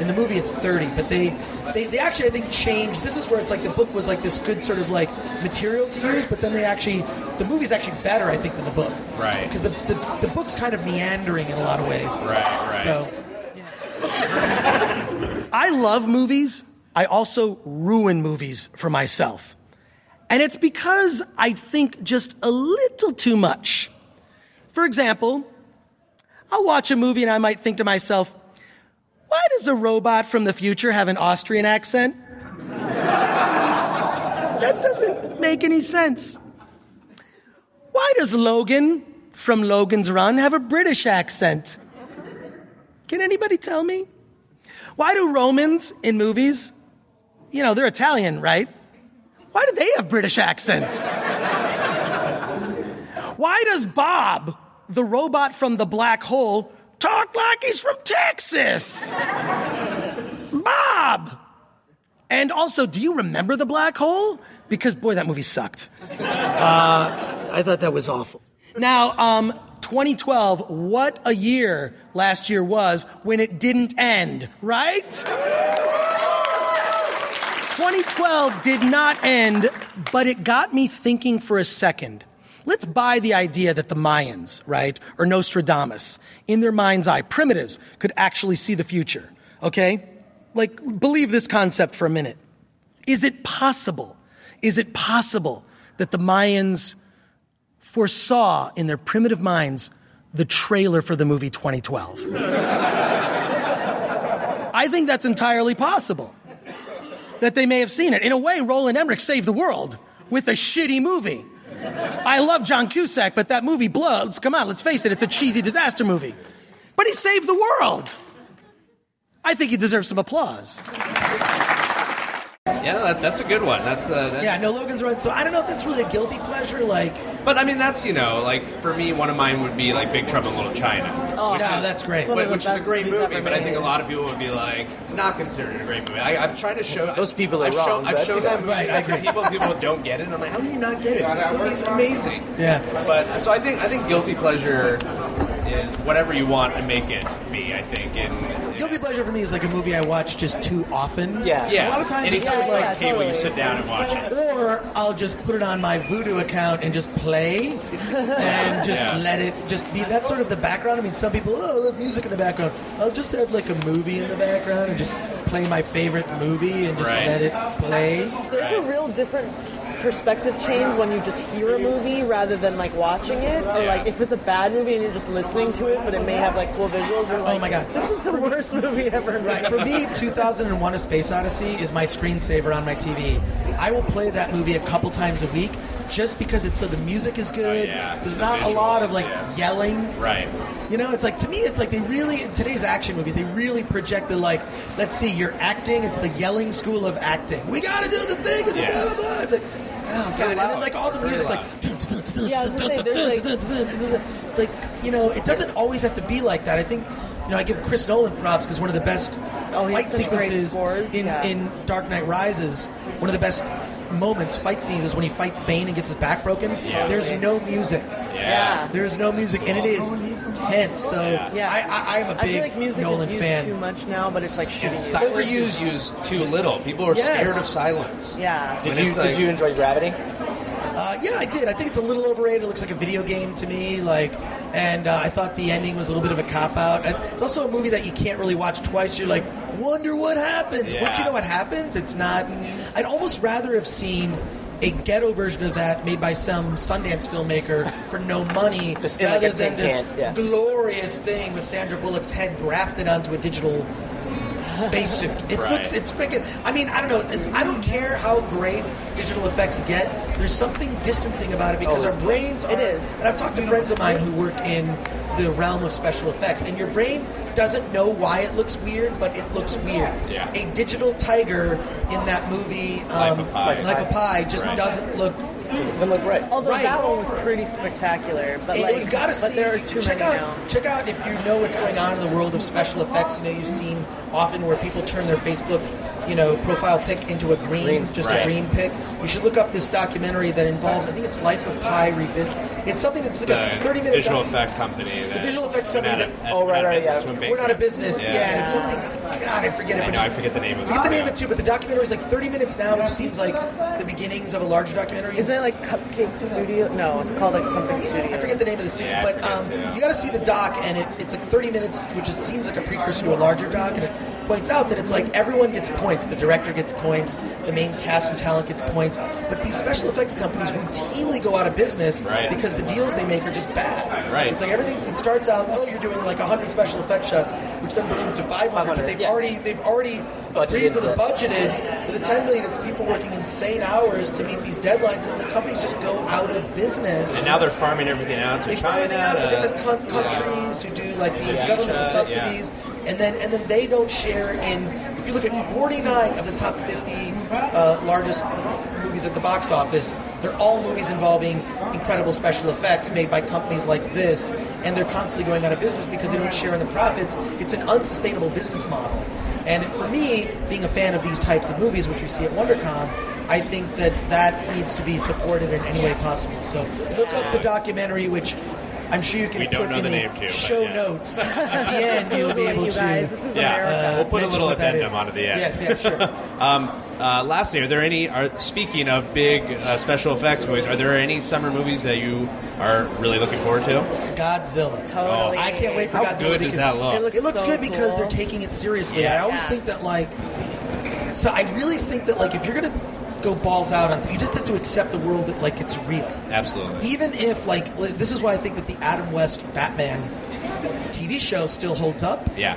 Speaker 3: in the movie it's 30 but they they, they actually i think changed this is where it's like the book was like this good sort of like material to use but then they actually the movie's actually better i think than the book
Speaker 2: Right.
Speaker 3: because the, the, the book's kind of meandering in a lot of ways
Speaker 2: Right, right.
Speaker 3: so
Speaker 8: I love movies. I also ruin movies for myself. And it's because I think just a little too much. For example, I'll watch a movie and I might think to myself, why does a robot from the future have an Austrian accent? that doesn't make any sense. Why does Logan from Logan's Run have a British accent? Can anybody tell me? Why do Romans in movies, you know, they're Italian, right? Why do they have British accents? Why does Bob, the robot from the black hole, talk like he's from Texas? Bob! And also, do you remember the black hole? Because, boy, that movie sucked. Uh, I thought that was awful. Now, um, 2012, what a year last year was when it didn't end, right? 2012 did not end, but it got me thinking for a second. Let's buy the idea that the Mayans, right, or Nostradamus, in their mind's eye, primitives, could actually see the future, okay? Like, believe this concept for a minute. Is it possible? Is it possible that the Mayans foresaw in their primitive minds the trailer for the movie 2012? I think that's entirely possible that they may have seen it. In a way, Roland Emmerich saved the world with a shitty movie. I love John Cusack, but that movie blows. Come on, let's face it, it's a cheesy disaster movie. But he saved the world. I think he deserves some applause.
Speaker 2: Yeah, no, that, that's a good one. That's, uh, that's
Speaker 3: Yeah, no, Logan's right. So I don't know if that's really a guilty pleasure. Like,
Speaker 2: But I mean, that's you know, like for me, one of mine would be like Big Trouble in Little China,
Speaker 5: Oh,
Speaker 3: no, that's great.
Speaker 5: One of
Speaker 2: which, which is
Speaker 5: the
Speaker 2: a
Speaker 5: best
Speaker 2: great
Speaker 5: movies
Speaker 2: movie.
Speaker 5: ever
Speaker 2: But I
Speaker 5: made.
Speaker 2: think a lot of people would be like, not considered a great movie. I, I've tried to show
Speaker 4: Those people are
Speaker 2: I've
Speaker 4: wrong,
Speaker 2: Shown, I've
Speaker 4: but,
Speaker 2: shown
Speaker 4: you know.
Speaker 2: that movie
Speaker 3: Right, I
Speaker 2: back to
Speaker 3: agree.
Speaker 2: people. People don't get it. And I'm like, how do you not get it? This movie's amazing.
Speaker 3: yeah,
Speaker 2: But so I think I think guilty pleasure is whatever you want to make it be. I think and
Speaker 3: guilty pleasure for me is like a movie I watch just too often.
Speaker 4: Yeah.
Speaker 2: Yeah,
Speaker 3: a lot of times it's
Speaker 2: anytime
Speaker 3: sort of
Speaker 2: it's
Speaker 3: like
Speaker 2: on cable, you sit down and watch it.
Speaker 3: Or I'll just put it on my Voodoo account and just play and just
Speaker 2: Yeah.
Speaker 3: let it just be. That's sort of the background. I mean, some people, oh, I love music in the background. I'll just have like a movie in the background and just play my favorite movie and just
Speaker 2: Right.
Speaker 3: let it play.
Speaker 5: There's a real different perspective change when you just hear a movie rather than like watching it or
Speaker 2: Yeah.
Speaker 5: like if it's a bad movie and you're just listening to it but it may have like cool visuals you're like
Speaker 3: Oh my God.
Speaker 5: this is the worst movie ever
Speaker 3: Right. For me, 2001: A Space Odyssey is my screensaver on my TV. I will play that movie a couple times a week just because it's so the music is good.
Speaker 2: Oh, yeah.
Speaker 3: There's
Speaker 2: The
Speaker 3: not a
Speaker 2: visuals,
Speaker 3: lot of like
Speaker 2: yeah.
Speaker 3: yelling.
Speaker 2: Right.
Speaker 3: You know, it's like to me, it's like they really in today's action movies, they really project the like. Let's see, you're acting. It's the yelling school of acting. We got to do the thing. And the
Speaker 2: Yeah.
Speaker 3: blah, blah, blah. It's like, oh god, and then like all the music, like. dun, dun, dun, dun,
Speaker 5: Yeah, I was gonna say,
Speaker 3: dun,
Speaker 5: there's,
Speaker 3: dun,
Speaker 5: like-
Speaker 3: dun, dun, dun, dun, dun. It's like you know, it doesn't always have to be like that. I think. You know, I give Chris Nolan props because one of the best
Speaker 5: Oh, he
Speaker 3: fight
Speaker 5: has such great
Speaker 3: sequences
Speaker 5: scores,
Speaker 3: in,
Speaker 5: yeah.
Speaker 3: in Dark Knight Rises, one of the best moments, fight scenes, is when he fights Bane and gets his back broken.
Speaker 2: Yeah.
Speaker 3: There's no music.
Speaker 5: yeah,
Speaker 3: There's no music, and it is tense. So
Speaker 5: Yeah.
Speaker 3: I, I, I'm a
Speaker 5: I feel
Speaker 3: big
Speaker 5: like music
Speaker 3: Nolan
Speaker 5: is used
Speaker 3: fan.
Speaker 5: too much now but it's like shitty
Speaker 2: And
Speaker 5: music.
Speaker 2: silence is used too little. People are
Speaker 3: Yes.
Speaker 2: scared of silence.
Speaker 5: yeah
Speaker 2: When
Speaker 4: Did you,
Speaker 2: it's like-
Speaker 4: did you enjoy Gravity?
Speaker 3: Uh, yeah, I did. I think it's a little overrated. It looks like a video game to me. Like, and uh, I thought the ending was a little bit of a cop out. It's also a movie that you can't really watch twice. You're like, wonder what happens.
Speaker 2: Yeah.
Speaker 3: Once you know what happens, it's not. I'd almost rather have seen. A ghetto version of that made by some Sundance filmmaker for no money,
Speaker 4: Just in like
Speaker 3: rather
Speaker 4: a tin
Speaker 3: than this
Speaker 4: can, yeah.
Speaker 3: glorious thing with Sandra Bullock's head grafted onto a digital spacesuit. It
Speaker 2: Right.
Speaker 3: looks, it's freaking. I mean, I don't know. It's, I don't care how great digital effects get. There's something distancing about it because
Speaker 4: Oh,
Speaker 3: our brains are.
Speaker 5: it is.
Speaker 3: And I've talked to friends of mine who work in the realm of special effects, and your brain doesn't know why it looks weird, but it looks weird.
Speaker 2: Yeah.
Speaker 3: A digital tiger in that movie, um,
Speaker 2: Life of Pi.
Speaker 3: Life of Pi, just
Speaker 2: Right.
Speaker 3: doesn't look.
Speaker 4: Then look right.
Speaker 5: although
Speaker 3: Right.
Speaker 5: that one was pretty spectacular but like
Speaker 3: you gotta
Speaker 5: but
Speaker 3: see.
Speaker 5: there are too
Speaker 3: check
Speaker 5: many
Speaker 3: out.
Speaker 5: now
Speaker 3: Check out if you know what's going on in the world of special effects. You know, you've seen often where people turn their Facebook, you know, profile pic into a green, just
Speaker 2: right.
Speaker 3: a green pic. You should look up this documentary that involves. I think it's Life of Pi revisit. It's something that's like
Speaker 2: The
Speaker 3: a thirty-minute
Speaker 2: visual effect company. That
Speaker 3: visual effects company that-
Speaker 4: Oh, right, right, yeah.
Speaker 3: We're not a business, yeah. and it's something. God, I forget it.
Speaker 2: I
Speaker 3: but
Speaker 2: know,
Speaker 3: just-
Speaker 2: I forget the name of
Speaker 3: forget
Speaker 2: it.
Speaker 3: the name
Speaker 2: Yeah.
Speaker 3: of it too. But the documentary is like thirty minutes now, which seems like the beginnings of a larger documentary.
Speaker 5: isn't it like Cupcake Studio no it's called like something studio
Speaker 3: I forget the name of the studio,
Speaker 2: Yeah, I
Speaker 3: but
Speaker 2: forget
Speaker 3: um,
Speaker 2: too.
Speaker 3: you got to see the doc, and it's it's like 30 minutes, which is, seems like a precursor to a larger doc, and it points out that it's like everyone gets points. The director gets points, the main cast and talent gets points, but these special effects companies routinely go out of business
Speaker 2: Right.
Speaker 3: because the deals they make are just bad.
Speaker 2: Right.
Speaker 3: It's like everything. It starts out, oh, you're doing like 100 special effect shots, which then balloons to 500, but
Speaker 4: 500,
Speaker 3: they've
Speaker 4: yeah.
Speaker 3: already they've already agreed
Speaker 4: Budgeted
Speaker 3: to the
Speaker 4: for it.
Speaker 3: budgeted for the 10 million. It's people working insane hours to meet these deadlines, and the companies just go out of business.
Speaker 2: And now they're farming everything out to
Speaker 3: They
Speaker 2: China. uh,
Speaker 3: farm it out to
Speaker 2: to-
Speaker 3: different co- countries who do like these government
Speaker 2: Indonesia,
Speaker 3: subsidies, and then and then they don't share in. If you look at 49 of the top 50 uh, largest movies at the box office, they're all movies involving incredible special effects made by companies like this, and they're constantly going out of business because they don't share in the profits. It's an unsustainable business model. And for me, being a fan of these types of movies, which we see at WonderCon, I think that that needs to be supported in any way possible. So look up the documentary, which I'm sure you can
Speaker 2: We don't
Speaker 3: put
Speaker 2: know
Speaker 3: in
Speaker 2: the
Speaker 3: the,
Speaker 2: name too, but
Speaker 3: show
Speaker 2: yes.
Speaker 3: notes. At the end, you'll be
Speaker 5: Googling,
Speaker 3: able
Speaker 5: you guys this
Speaker 3: to. uh,
Speaker 5: is
Speaker 2: Yeah.
Speaker 5: America
Speaker 2: We'll put a
Speaker 3: mention
Speaker 2: little
Speaker 3: what that
Speaker 2: addendum
Speaker 3: is.
Speaker 2: onto the end.
Speaker 3: Yes, yeah, sure.
Speaker 2: Uh, lastly, are there any? Are speaking of big uh, special effects movies, are there any summer movies that you are really looking forward to?
Speaker 3: Godzilla. Oh,
Speaker 5: Totally.
Speaker 3: I can't wait for
Speaker 2: How
Speaker 3: Godzilla.
Speaker 2: good
Speaker 3: because
Speaker 2: does that
Speaker 5: It
Speaker 2: look?
Speaker 5: looks
Speaker 3: It looks
Speaker 5: so
Speaker 3: good because
Speaker 5: cool.
Speaker 3: they're taking it seriously.
Speaker 2: Yes.
Speaker 3: I always think that like, so I really think that like if you're gonna go balls out on, something, you just have to accept the world that like it's real.
Speaker 2: Absolutely.
Speaker 3: even if like li- this is why I think that the Adam West Batman TV show still holds up
Speaker 2: Yeah.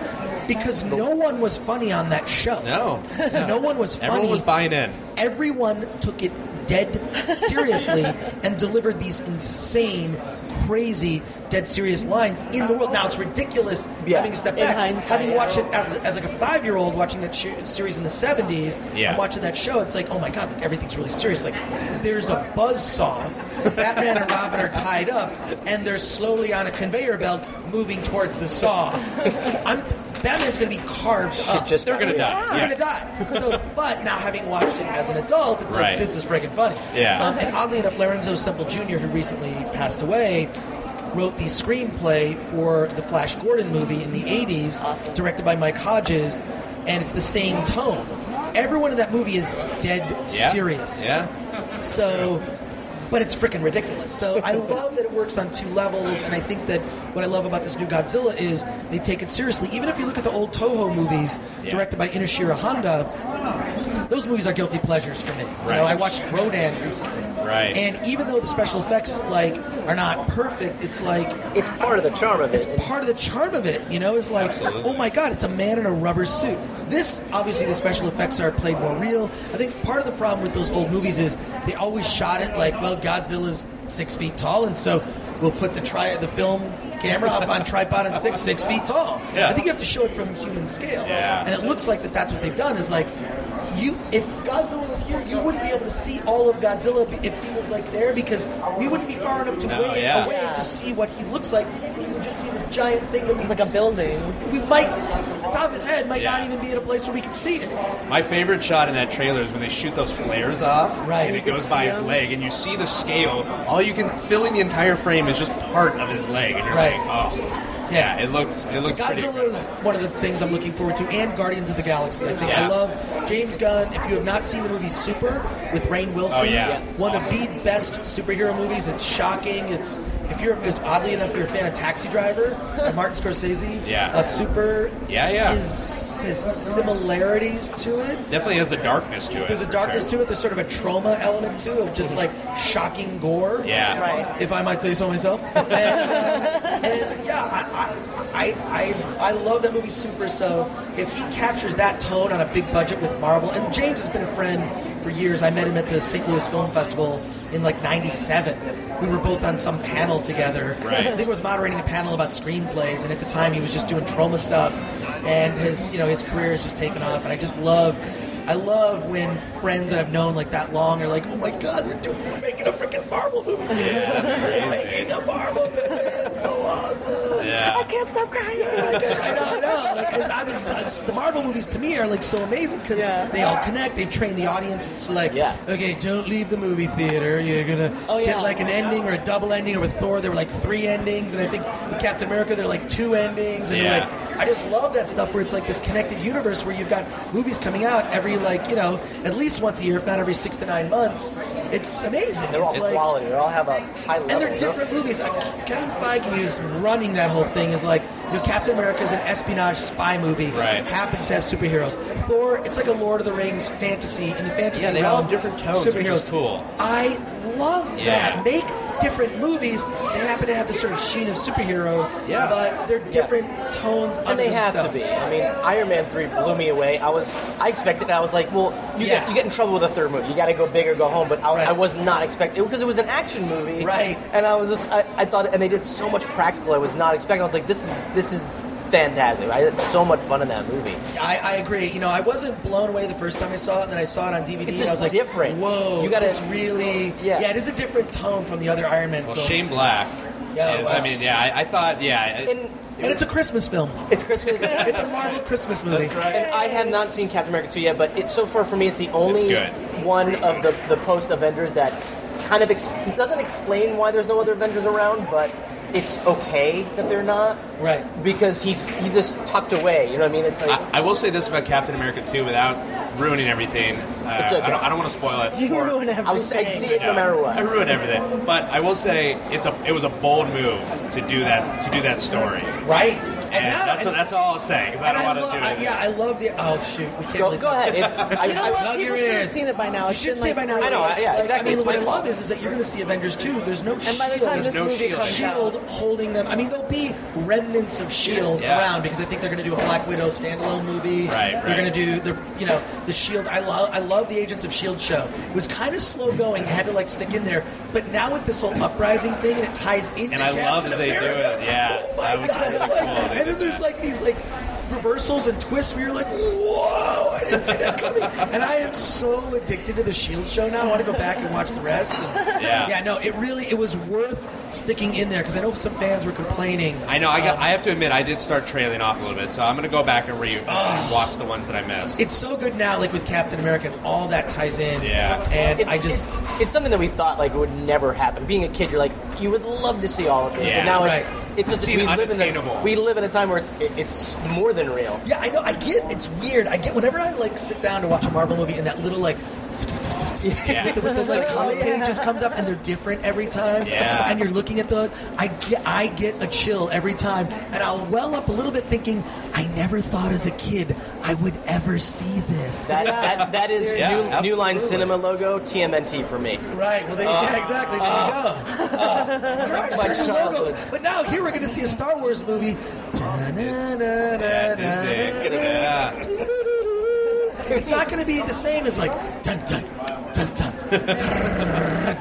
Speaker 3: because no one was funny on that show.
Speaker 2: No.
Speaker 3: No one was funny.
Speaker 2: Everyone was buying in.
Speaker 3: Everyone took it dead seriously and delivered these insane, crazy dead serious lines in the world. Now it's ridiculous
Speaker 4: Yeah.
Speaker 3: having a step
Speaker 5: In
Speaker 3: back,
Speaker 5: hindsight,
Speaker 3: having
Speaker 5: yeah.
Speaker 3: watched it as, as like a five year old watching that sh- series in the seventies.
Speaker 2: Yeah.
Speaker 3: and watching that show, it's like oh my god, like everything's really serious. Like there's a buzz saw. Batman and Robin are tied up, and they're slowly on a conveyor belt moving towards the saw. I'm Batman's going to be carved up.
Speaker 4: just
Speaker 2: uh, They're gonna die.
Speaker 3: You're
Speaker 2: Yeah.
Speaker 3: gonna die. So, but now having watched it as an adult, it's
Speaker 2: Right.
Speaker 3: like this is freaking funny.
Speaker 2: Yeah.
Speaker 3: Um, and oddly enough, Lorenzo Semple Jr., who recently passed away, wrote the screenplay for the Flash Gordon movie in the '80s, directed by Mike Hodges, and it's the same tone. Everyone in that movie is dead
Speaker 2: Yeah.
Speaker 3: serious.
Speaker 2: Yeah.
Speaker 3: So, but it's freaking ridiculous. So I love that it works on two levels, and I think that what I love about this new Godzilla is they take it seriously. Even if you look at the old Toho movies directed by Inoshira Honda, those movies are guilty pleasures for me. You
Speaker 2: Right.
Speaker 3: know, I watched Rodan recently,
Speaker 2: Right.
Speaker 3: And even though the special effects like are not perfect, it's like
Speaker 4: It's part of the charm of it.
Speaker 3: it's part of the charm of it. You know, it's like,
Speaker 2: Absolutely.
Speaker 3: oh my god, it's a man in a rubber suit. This obviously the special effects are played more real. I think part of the problem with those old movies is they always shot it like, well, Godzilla's six feet tall, and so we'll put the tri- the film camera up on tripod and stick six feet tall.
Speaker 2: Yeah.
Speaker 3: I think you have to show it from human scale,
Speaker 2: Yeah.
Speaker 3: and it looks like that. That's what they've done. Is like. You, if Godzilla was here, you wouldn't be able to see all of Godzilla if he was like there because we wouldn't be far enough to
Speaker 2: No,
Speaker 3: weigh
Speaker 2: yeah.
Speaker 3: away to see what he looks like. We would just see this giant thing that we
Speaker 5: It's like a building.
Speaker 3: We might, the top of his head might
Speaker 2: Yeah.
Speaker 3: not even be at a place where we can see it.
Speaker 2: My favorite shot in that trailer is when they shoot those flares off,
Speaker 3: Right.
Speaker 2: And it goes by his leg, and you see the scale. All you can fill in the entire frame is just part of his leg, and you're
Speaker 3: Right.
Speaker 2: like, oh, yeah, it looks, it looks. pretty
Speaker 3: Godzilla is one of the things I'm looking forward to, and Guardians of the Galaxy. I think
Speaker 2: Yeah.
Speaker 3: I love James Gunn. If you have not seen the movie Super with Rain Wilson,
Speaker 2: Oh, yeah.
Speaker 3: one
Speaker 2: Awesome.
Speaker 3: of the best superhero movies. It's shocking. It's if you're because oddly enough, you're a fan of Taxi Driver, by Martin Scorsese.
Speaker 2: Yeah.
Speaker 3: a Super.
Speaker 2: Yeah, yeah.
Speaker 3: Is has similarities to it.
Speaker 2: Definitely has the darkness to it.
Speaker 3: There's a darkness to it. There's sort of a trauma element too of just like shocking gore.
Speaker 2: Yeah.
Speaker 5: Right.
Speaker 3: If I might say so myself. And, uh, and yeah, I, I, I, I, I love that movie super. So if he captures that tone on a big budget with Marvel, and James has been a friend for years. I met him at the St. Louis Film Festival in like '97. We were both on some panel together.
Speaker 2: Right.
Speaker 3: I think it was moderating a panel about screenplays, and at the time he was just doing trauma stuff, and his you know his career has just taken off. And I just love. I love when friends that I've known like that long are like, "Oh my God, they're doing, they're making a freaking Marvel movie! dude. They're making a Marvel movie! It's so awesome!"
Speaker 5: I
Speaker 2: Yeah.
Speaker 5: can't stop crying.
Speaker 3: Uh, I know, I know. Like, it's- I mean, it's- it's- the Marvel movies to me are like so amazing because
Speaker 5: Yeah.
Speaker 3: they all connect. They've trained the audience to like,
Speaker 4: Yeah.
Speaker 3: okay, don't leave the movie theater. You're gonna
Speaker 5: Oh, yeah.
Speaker 3: get like an ending or a double ending. Or with Thor, there were like three endings, and I think with Captain America, there are like two endings. And
Speaker 2: Yeah.
Speaker 3: like, I just love that stuff where it's like this connected universe where you've got movies coming out every like you know at least once a year, if not every six to nine months. It's amazing.
Speaker 4: They're all
Speaker 3: it's like,
Speaker 4: quality. They all have a high
Speaker 3: and
Speaker 4: level. you
Speaker 3: they're
Speaker 4: know?
Speaker 3: different movies. Uh, Kevin Feige, who's running that whole thing, is like, you know, Captain America is an espionage spy movie.
Speaker 2: Right.
Speaker 3: Happens to have superheroes. Thor, it's like a Lord of the Rings fantasy in the fantasy
Speaker 2: Yeah, they all
Speaker 3: realm.
Speaker 2: have different tones,
Speaker 3: Superheroes,
Speaker 2: which is cool.
Speaker 3: I love
Speaker 2: Yeah.
Speaker 3: that. Make different movies. They happen to have this sort of sheen of superhero.
Speaker 2: Yeah.
Speaker 3: But they're different tones.
Speaker 4: And they have to be. I mean, Iron Man three blew me away. I was, I expected. I was like, well, you
Speaker 3: Yeah.
Speaker 4: get you get in trouble with a third movie. You got to go big or go home. But I,
Speaker 3: Right.
Speaker 4: I was not expecting because it was an action movie,
Speaker 3: Right.
Speaker 4: And I was just, I, I thought, and they did so much practical. I was not expecting. I was like, this is this is fantastic. I had so much fun in that movie.
Speaker 3: I, I agree. You know, I wasn't blown away the first time I saw it, and then I saw it on DVD, and I
Speaker 4: It's
Speaker 3: was
Speaker 4: just
Speaker 3: like,
Speaker 4: different.
Speaker 3: Whoa,
Speaker 4: You gotta-
Speaker 3: this really.
Speaker 4: Yeah.
Speaker 3: it is a different tone from the other Iron Man
Speaker 2: Well,
Speaker 3: films.
Speaker 2: Shane Black.
Speaker 3: Yeah,
Speaker 2: is,
Speaker 3: wow.
Speaker 2: I mean, yeah, I, I thought, yeah, it-
Speaker 4: And
Speaker 3: And it's a Christmas film.
Speaker 4: it's Christmas.
Speaker 3: It's a Marvel Christmas movie.
Speaker 2: that's right.
Speaker 4: And I had not seen Captain America 2 yet, but it, so far for me, it's the only
Speaker 2: It's good.
Speaker 4: one of the, the post Avengers that kind of ex- doesn't explain why there's no other Avengers around, but it's okay that they're not
Speaker 3: Right.
Speaker 4: because he's he's just tucked away. You know what I mean? It's like
Speaker 2: I, I will say this about Captain America 2 without ruining everything. Uh,
Speaker 4: It's okay.
Speaker 2: I don't, I don't want to spoil it.
Speaker 5: You
Speaker 2: for-
Speaker 5: ruin everything.
Speaker 4: I was I'd see it no matter
Speaker 2: I
Speaker 4: what.
Speaker 2: ruin everything. But I will say it's a it was a bold move to do that to do that story.
Speaker 3: Right?
Speaker 2: And
Speaker 3: now-
Speaker 2: that's,
Speaker 3: and-
Speaker 2: that's all I was saying. 'cause I
Speaker 3: And
Speaker 2: don't
Speaker 3: I
Speaker 2: want to
Speaker 3: love,
Speaker 2: do
Speaker 3: I,
Speaker 2: it.
Speaker 3: yeah, I love the. Oh shoot, we can't.
Speaker 4: Go,
Speaker 3: really
Speaker 4: go ahead. It's, I,
Speaker 5: You know
Speaker 4: I-
Speaker 5: what?
Speaker 3: Plug
Speaker 5: People
Speaker 3: your
Speaker 5: should have
Speaker 3: ears.
Speaker 5: seen it by now.
Speaker 3: You
Speaker 5: It's
Speaker 3: should
Speaker 5: been,
Speaker 3: see it by
Speaker 5: like,
Speaker 3: now.
Speaker 5: four
Speaker 4: I know,
Speaker 5: years.
Speaker 4: yeah,
Speaker 5: Like,
Speaker 4: exactly.
Speaker 3: I mean,
Speaker 4: It's
Speaker 3: what I
Speaker 4: my
Speaker 3: love
Speaker 4: fault.
Speaker 3: is, is that you're going to see Avengers 2. There's no
Speaker 5: And by the
Speaker 3: shield.
Speaker 5: time
Speaker 2: There's
Speaker 5: this
Speaker 2: no
Speaker 5: movie
Speaker 2: shield.
Speaker 5: comes
Speaker 3: Shield
Speaker 5: out,
Speaker 3: holding them. I mean, there'll be remnants of Shield
Speaker 2: Yeah.
Speaker 3: around because I think they're going to do a Black Widow standalone movie.
Speaker 2: Right,
Speaker 3: They're
Speaker 2: right.
Speaker 3: going to do the you know the Shield. I love I love the Agents of Shield show. It was kind of slow going. Had to like stick in there. But now with this whole uprising thing and it ties into
Speaker 2: And I love
Speaker 3: Captain
Speaker 2: that they do
Speaker 3: America,
Speaker 2: it, yeah.
Speaker 3: Oh my
Speaker 2: That was
Speaker 3: god!
Speaker 2: really
Speaker 3: it's like-
Speaker 2: cool they
Speaker 3: and
Speaker 2: did
Speaker 3: then there's
Speaker 2: that.
Speaker 3: like these like reversals and twists where you're like, whoa! I didn't see that coming. and I am so addicted to the Shield show now. I want to go back and watch the rest. And,
Speaker 2: Yeah.
Speaker 3: yeah. No, it really it was worth sticking in there because I know some fans were complaining.
Speaker 2: I know. I, got,
Speaker 3: Uh,
Speaker 2: I have to admit, I did start trailing off a little bit, so I'm going to go back and re and watch the ones that I missed.
Speaker 3: It's so good now, like with Captain America, and all that ties in.
Speaker 2: Yeah.
Speaker 3: and
Speaker 4: it's,
Speaker 3: I just
Speaker 4: it's, it's something that we thought like would never happen. Being a kid, you're like, you would love to see all of this,
Speaker 2: Yeah.
Speaker 4: and now
Speaker 3: Right.
Speaker 4: it's, it's,
Speaker 2: It's
Speaker 4: we live in
Speaker 2: unattainable.
Speaker 4: a, we live in a time where it's it, it's more than real.
Speaker 3: yeah, I know. I get it's weird. I get whenever I like sit down to watch a Marvel movie and that little like. with the, with the like comic
Speaker 5: Yeah.
Speaker 3: page just comes up and they're different every time
Speaker 2: Yeah.
Speaker 3: and you're looking at the I get I get a chill every time and I'll well up a little bit thinking I never thought as a kid I would ever see this
Speaker 4: That, that, that is
Speaker 2: Yeah,
Speaker 4: new, new Line
Speaker 2: absolutely.
Speaker 4: Cinema logo, TMNT for me.
Speaker 3: Right. Well, there,
Speaker 2: Uh,
Speaker 3: yeah, exactly. There you go. Uh, there are certain logos, but now here we're going to see a Star Wars movie.
Speaker 2: Yeah, Disney. Yeah.
Speaker 3: It's not going to be the same as like dun dun dun dun. dun,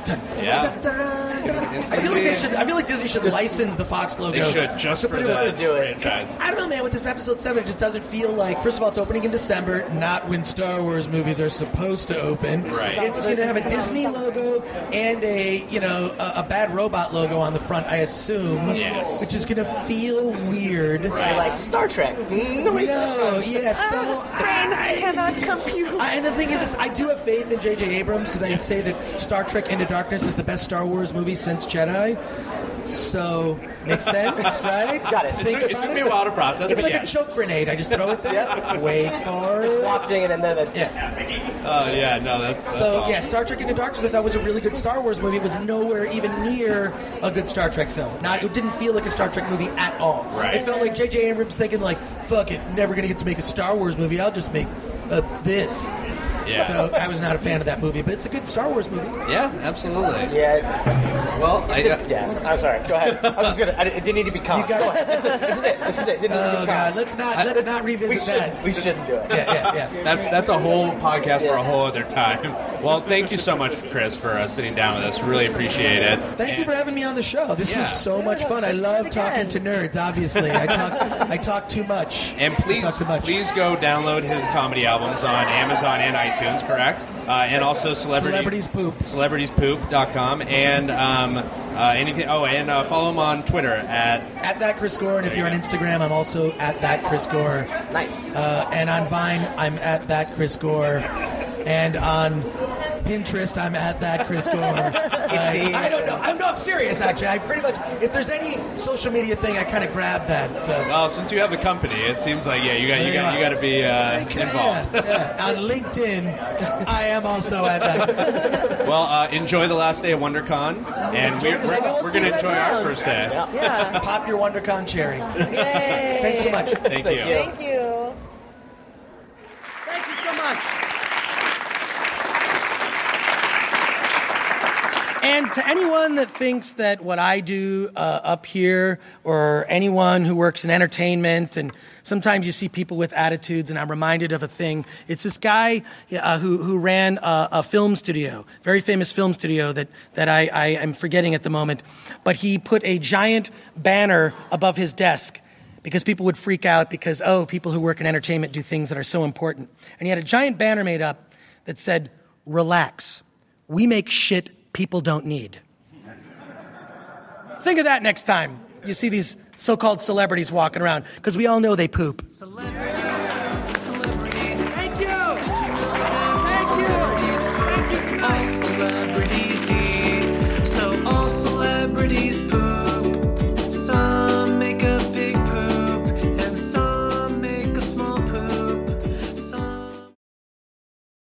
Speaker 3: dun,
Speaker 2: Yeah.
Speaker 3: dun, dun, dun. I feel like they should. I feel like Disney should license the Fox logo.
Speaker 2: They should just for
Speaker 4: Just
Speaker 2: the
Speaker 4: to do it.
Speaker 2: franchise.
Speaker 3: I don't know, man. With this episode seven, it just doesn't feel like. First of all, it's opening in December, not when Star Wars movies are supposed to open.
Speaker 2: Right.
Speaker 3: It's going to have a Disney logo and a you know a, a bad robot logo on the front, I assume.
Speaker 2: Yes.
Speaker 3: Which is going to feel weird.
Speaker 4: You're like Star Trek. Ah, No, wait.
Speaker 3: No, yeah. So I cannot compute. and the thing is, is, I do have faith in J.J. Abrams because I say that Star Trek: Into Darkness is the best Star Wars movie since Jedi. So makes sense, right?
Speaker 4: Got it.
Speaker 2: It
Speaker 3: Think
Speaker 2: took, it
Speaker 3: about
Speaker 2: took me a while to process,
Speaker 3: it's
Speaker 2: but
Speaker 3: like
Speaker 2: yeah.
Speaker 3: a choke grenade. I just throw it there. Wait for it.
Speaker 4: Wafting it and then a,
Speaker 3: Yeah.
Speaker 2: Oh yeah, no, that's, that's
Speaker 3: So
Speaker 2: all.
Speaker 3: yeah, Star Trek Into Darkness. I thought was a really good Star Wars movie. It was nowhere even near a good Star Trek film. Not it didn't feel like a Star Trek movie at all.
Speaker 2: Right.
Speaker 3: It felt like J.J. Abrams thinking like, "Fuck it, never gonna get to make a Star Wars movie. I'll just make uh, this."
Speaker 2: Yeah.
Speaker 3: So I was not a fan of that movie, but it's a good Star Wars movie.
Speaker 2: yeah, absolutely.
Speaker 4: yeah,
Speaker 2: Well, I, uh,
Speaker 4: just, yeah. I'm sorry. Go ahead. I was just gonna. I, it didn't need to be calm.
Speaker 3: You got-
Speaker 4: go ahead. That's it. This is it. This is it. Didn't need to
Speaker 3: Oh
Speaker 4: be calm.
Speaker 3: god, let's not let's not
Speaker 4: we
Speaker 3: revisit
Speaker 4: shouldn't.
Speaker 3: that.
Speaker 4: We shouldn't do it.
Speaker 3: Yeah, yeah, yeah.
Speaker 2: That's that's a whole podcast for a whole other time. Well, thank you so much, Chris, for uh, sitting down with us. Really appreciate it.
Speaker 3: Thank you
Speaker 2: And-
Speaker 3: for having me on the show. This
Speaker 2: Yeah.
Speaker 3: was so much fun. I love talking to nerds. Obviously, I talk I talk too much.
Speaker 2: And
Speaker 3: I
Speaker 2: please,
Speaker 3: talk too much.
Speaker 2: please go download his comedy albums on Amazon and iTunes, correct? Uh, and also celebrity,
Speaker 3: Celebrities Poop.
Speaker 2: celebritiespoop.com. And um, uh, anything. Oh, and uh, follow him on Twitter at.
Speaker 3: at that Chris Gore, and if you're on Instagram, I'm also at that Chris Gore.
Speaker 4: Nice.
Speaker 3: Uh, and on Vine, I'm at that Chris Gore. And on Pinterest, I'm at that Chris Gore. I, I don't know. I'm no, I'm serious. Actually, I pretty much if there's any social media thing, I kind of grab that. So
Speaker 2: Well, since you have the company, it seems like yeah, you got you
Speaker 3: Yeah.
Speaker 2: got you got to be uh,
Speaker 3: Like, yeah,
Speaker 2: involved.
Speaker 3: yeah. On LinkedIn, I am also at that.
Speaker 2: Well, uh, enjoy the last day of WonderCon, and we're
Speaker 3: it as
Speaker 2: we're,
Speaker 3: well.
Speaker 2: we're going to
Speaker 5: We'll see you
Speaker 2: enjoy
Speaker 5: guys
Speaker 2: our
Speaker 5: around.
Speaker 2: first day.
Speaker 5: yeah.
Speaker 3: Pop your WonderCon cherry.
Speaker 5: Yay.
Speaker 3: Thanks so much.
Speaker 2: Thank you.
Speaker 5: Thank you.
Speaker 8: Thank you so much. And to anyone that thinks that what I do uh, up here, or anyone who works in entertainment, and sometimes you see people with attitudes, and I'm reminded of a thing. It's this guy uh, who, who ran a, a film studio, very famous film studio that, that I, I am forgetting at the moment, but he put a giant banner above his desk because people would freak out because, oh, people who work in entertainment do things that are so important. And he had a giant banner made up that said, Relax, we make shit people don't need. Think of that next time you see these so called celebrities walking around because we all know they poop.
Speaker 1: Thank you. Thank you. Thank you. All celebrities.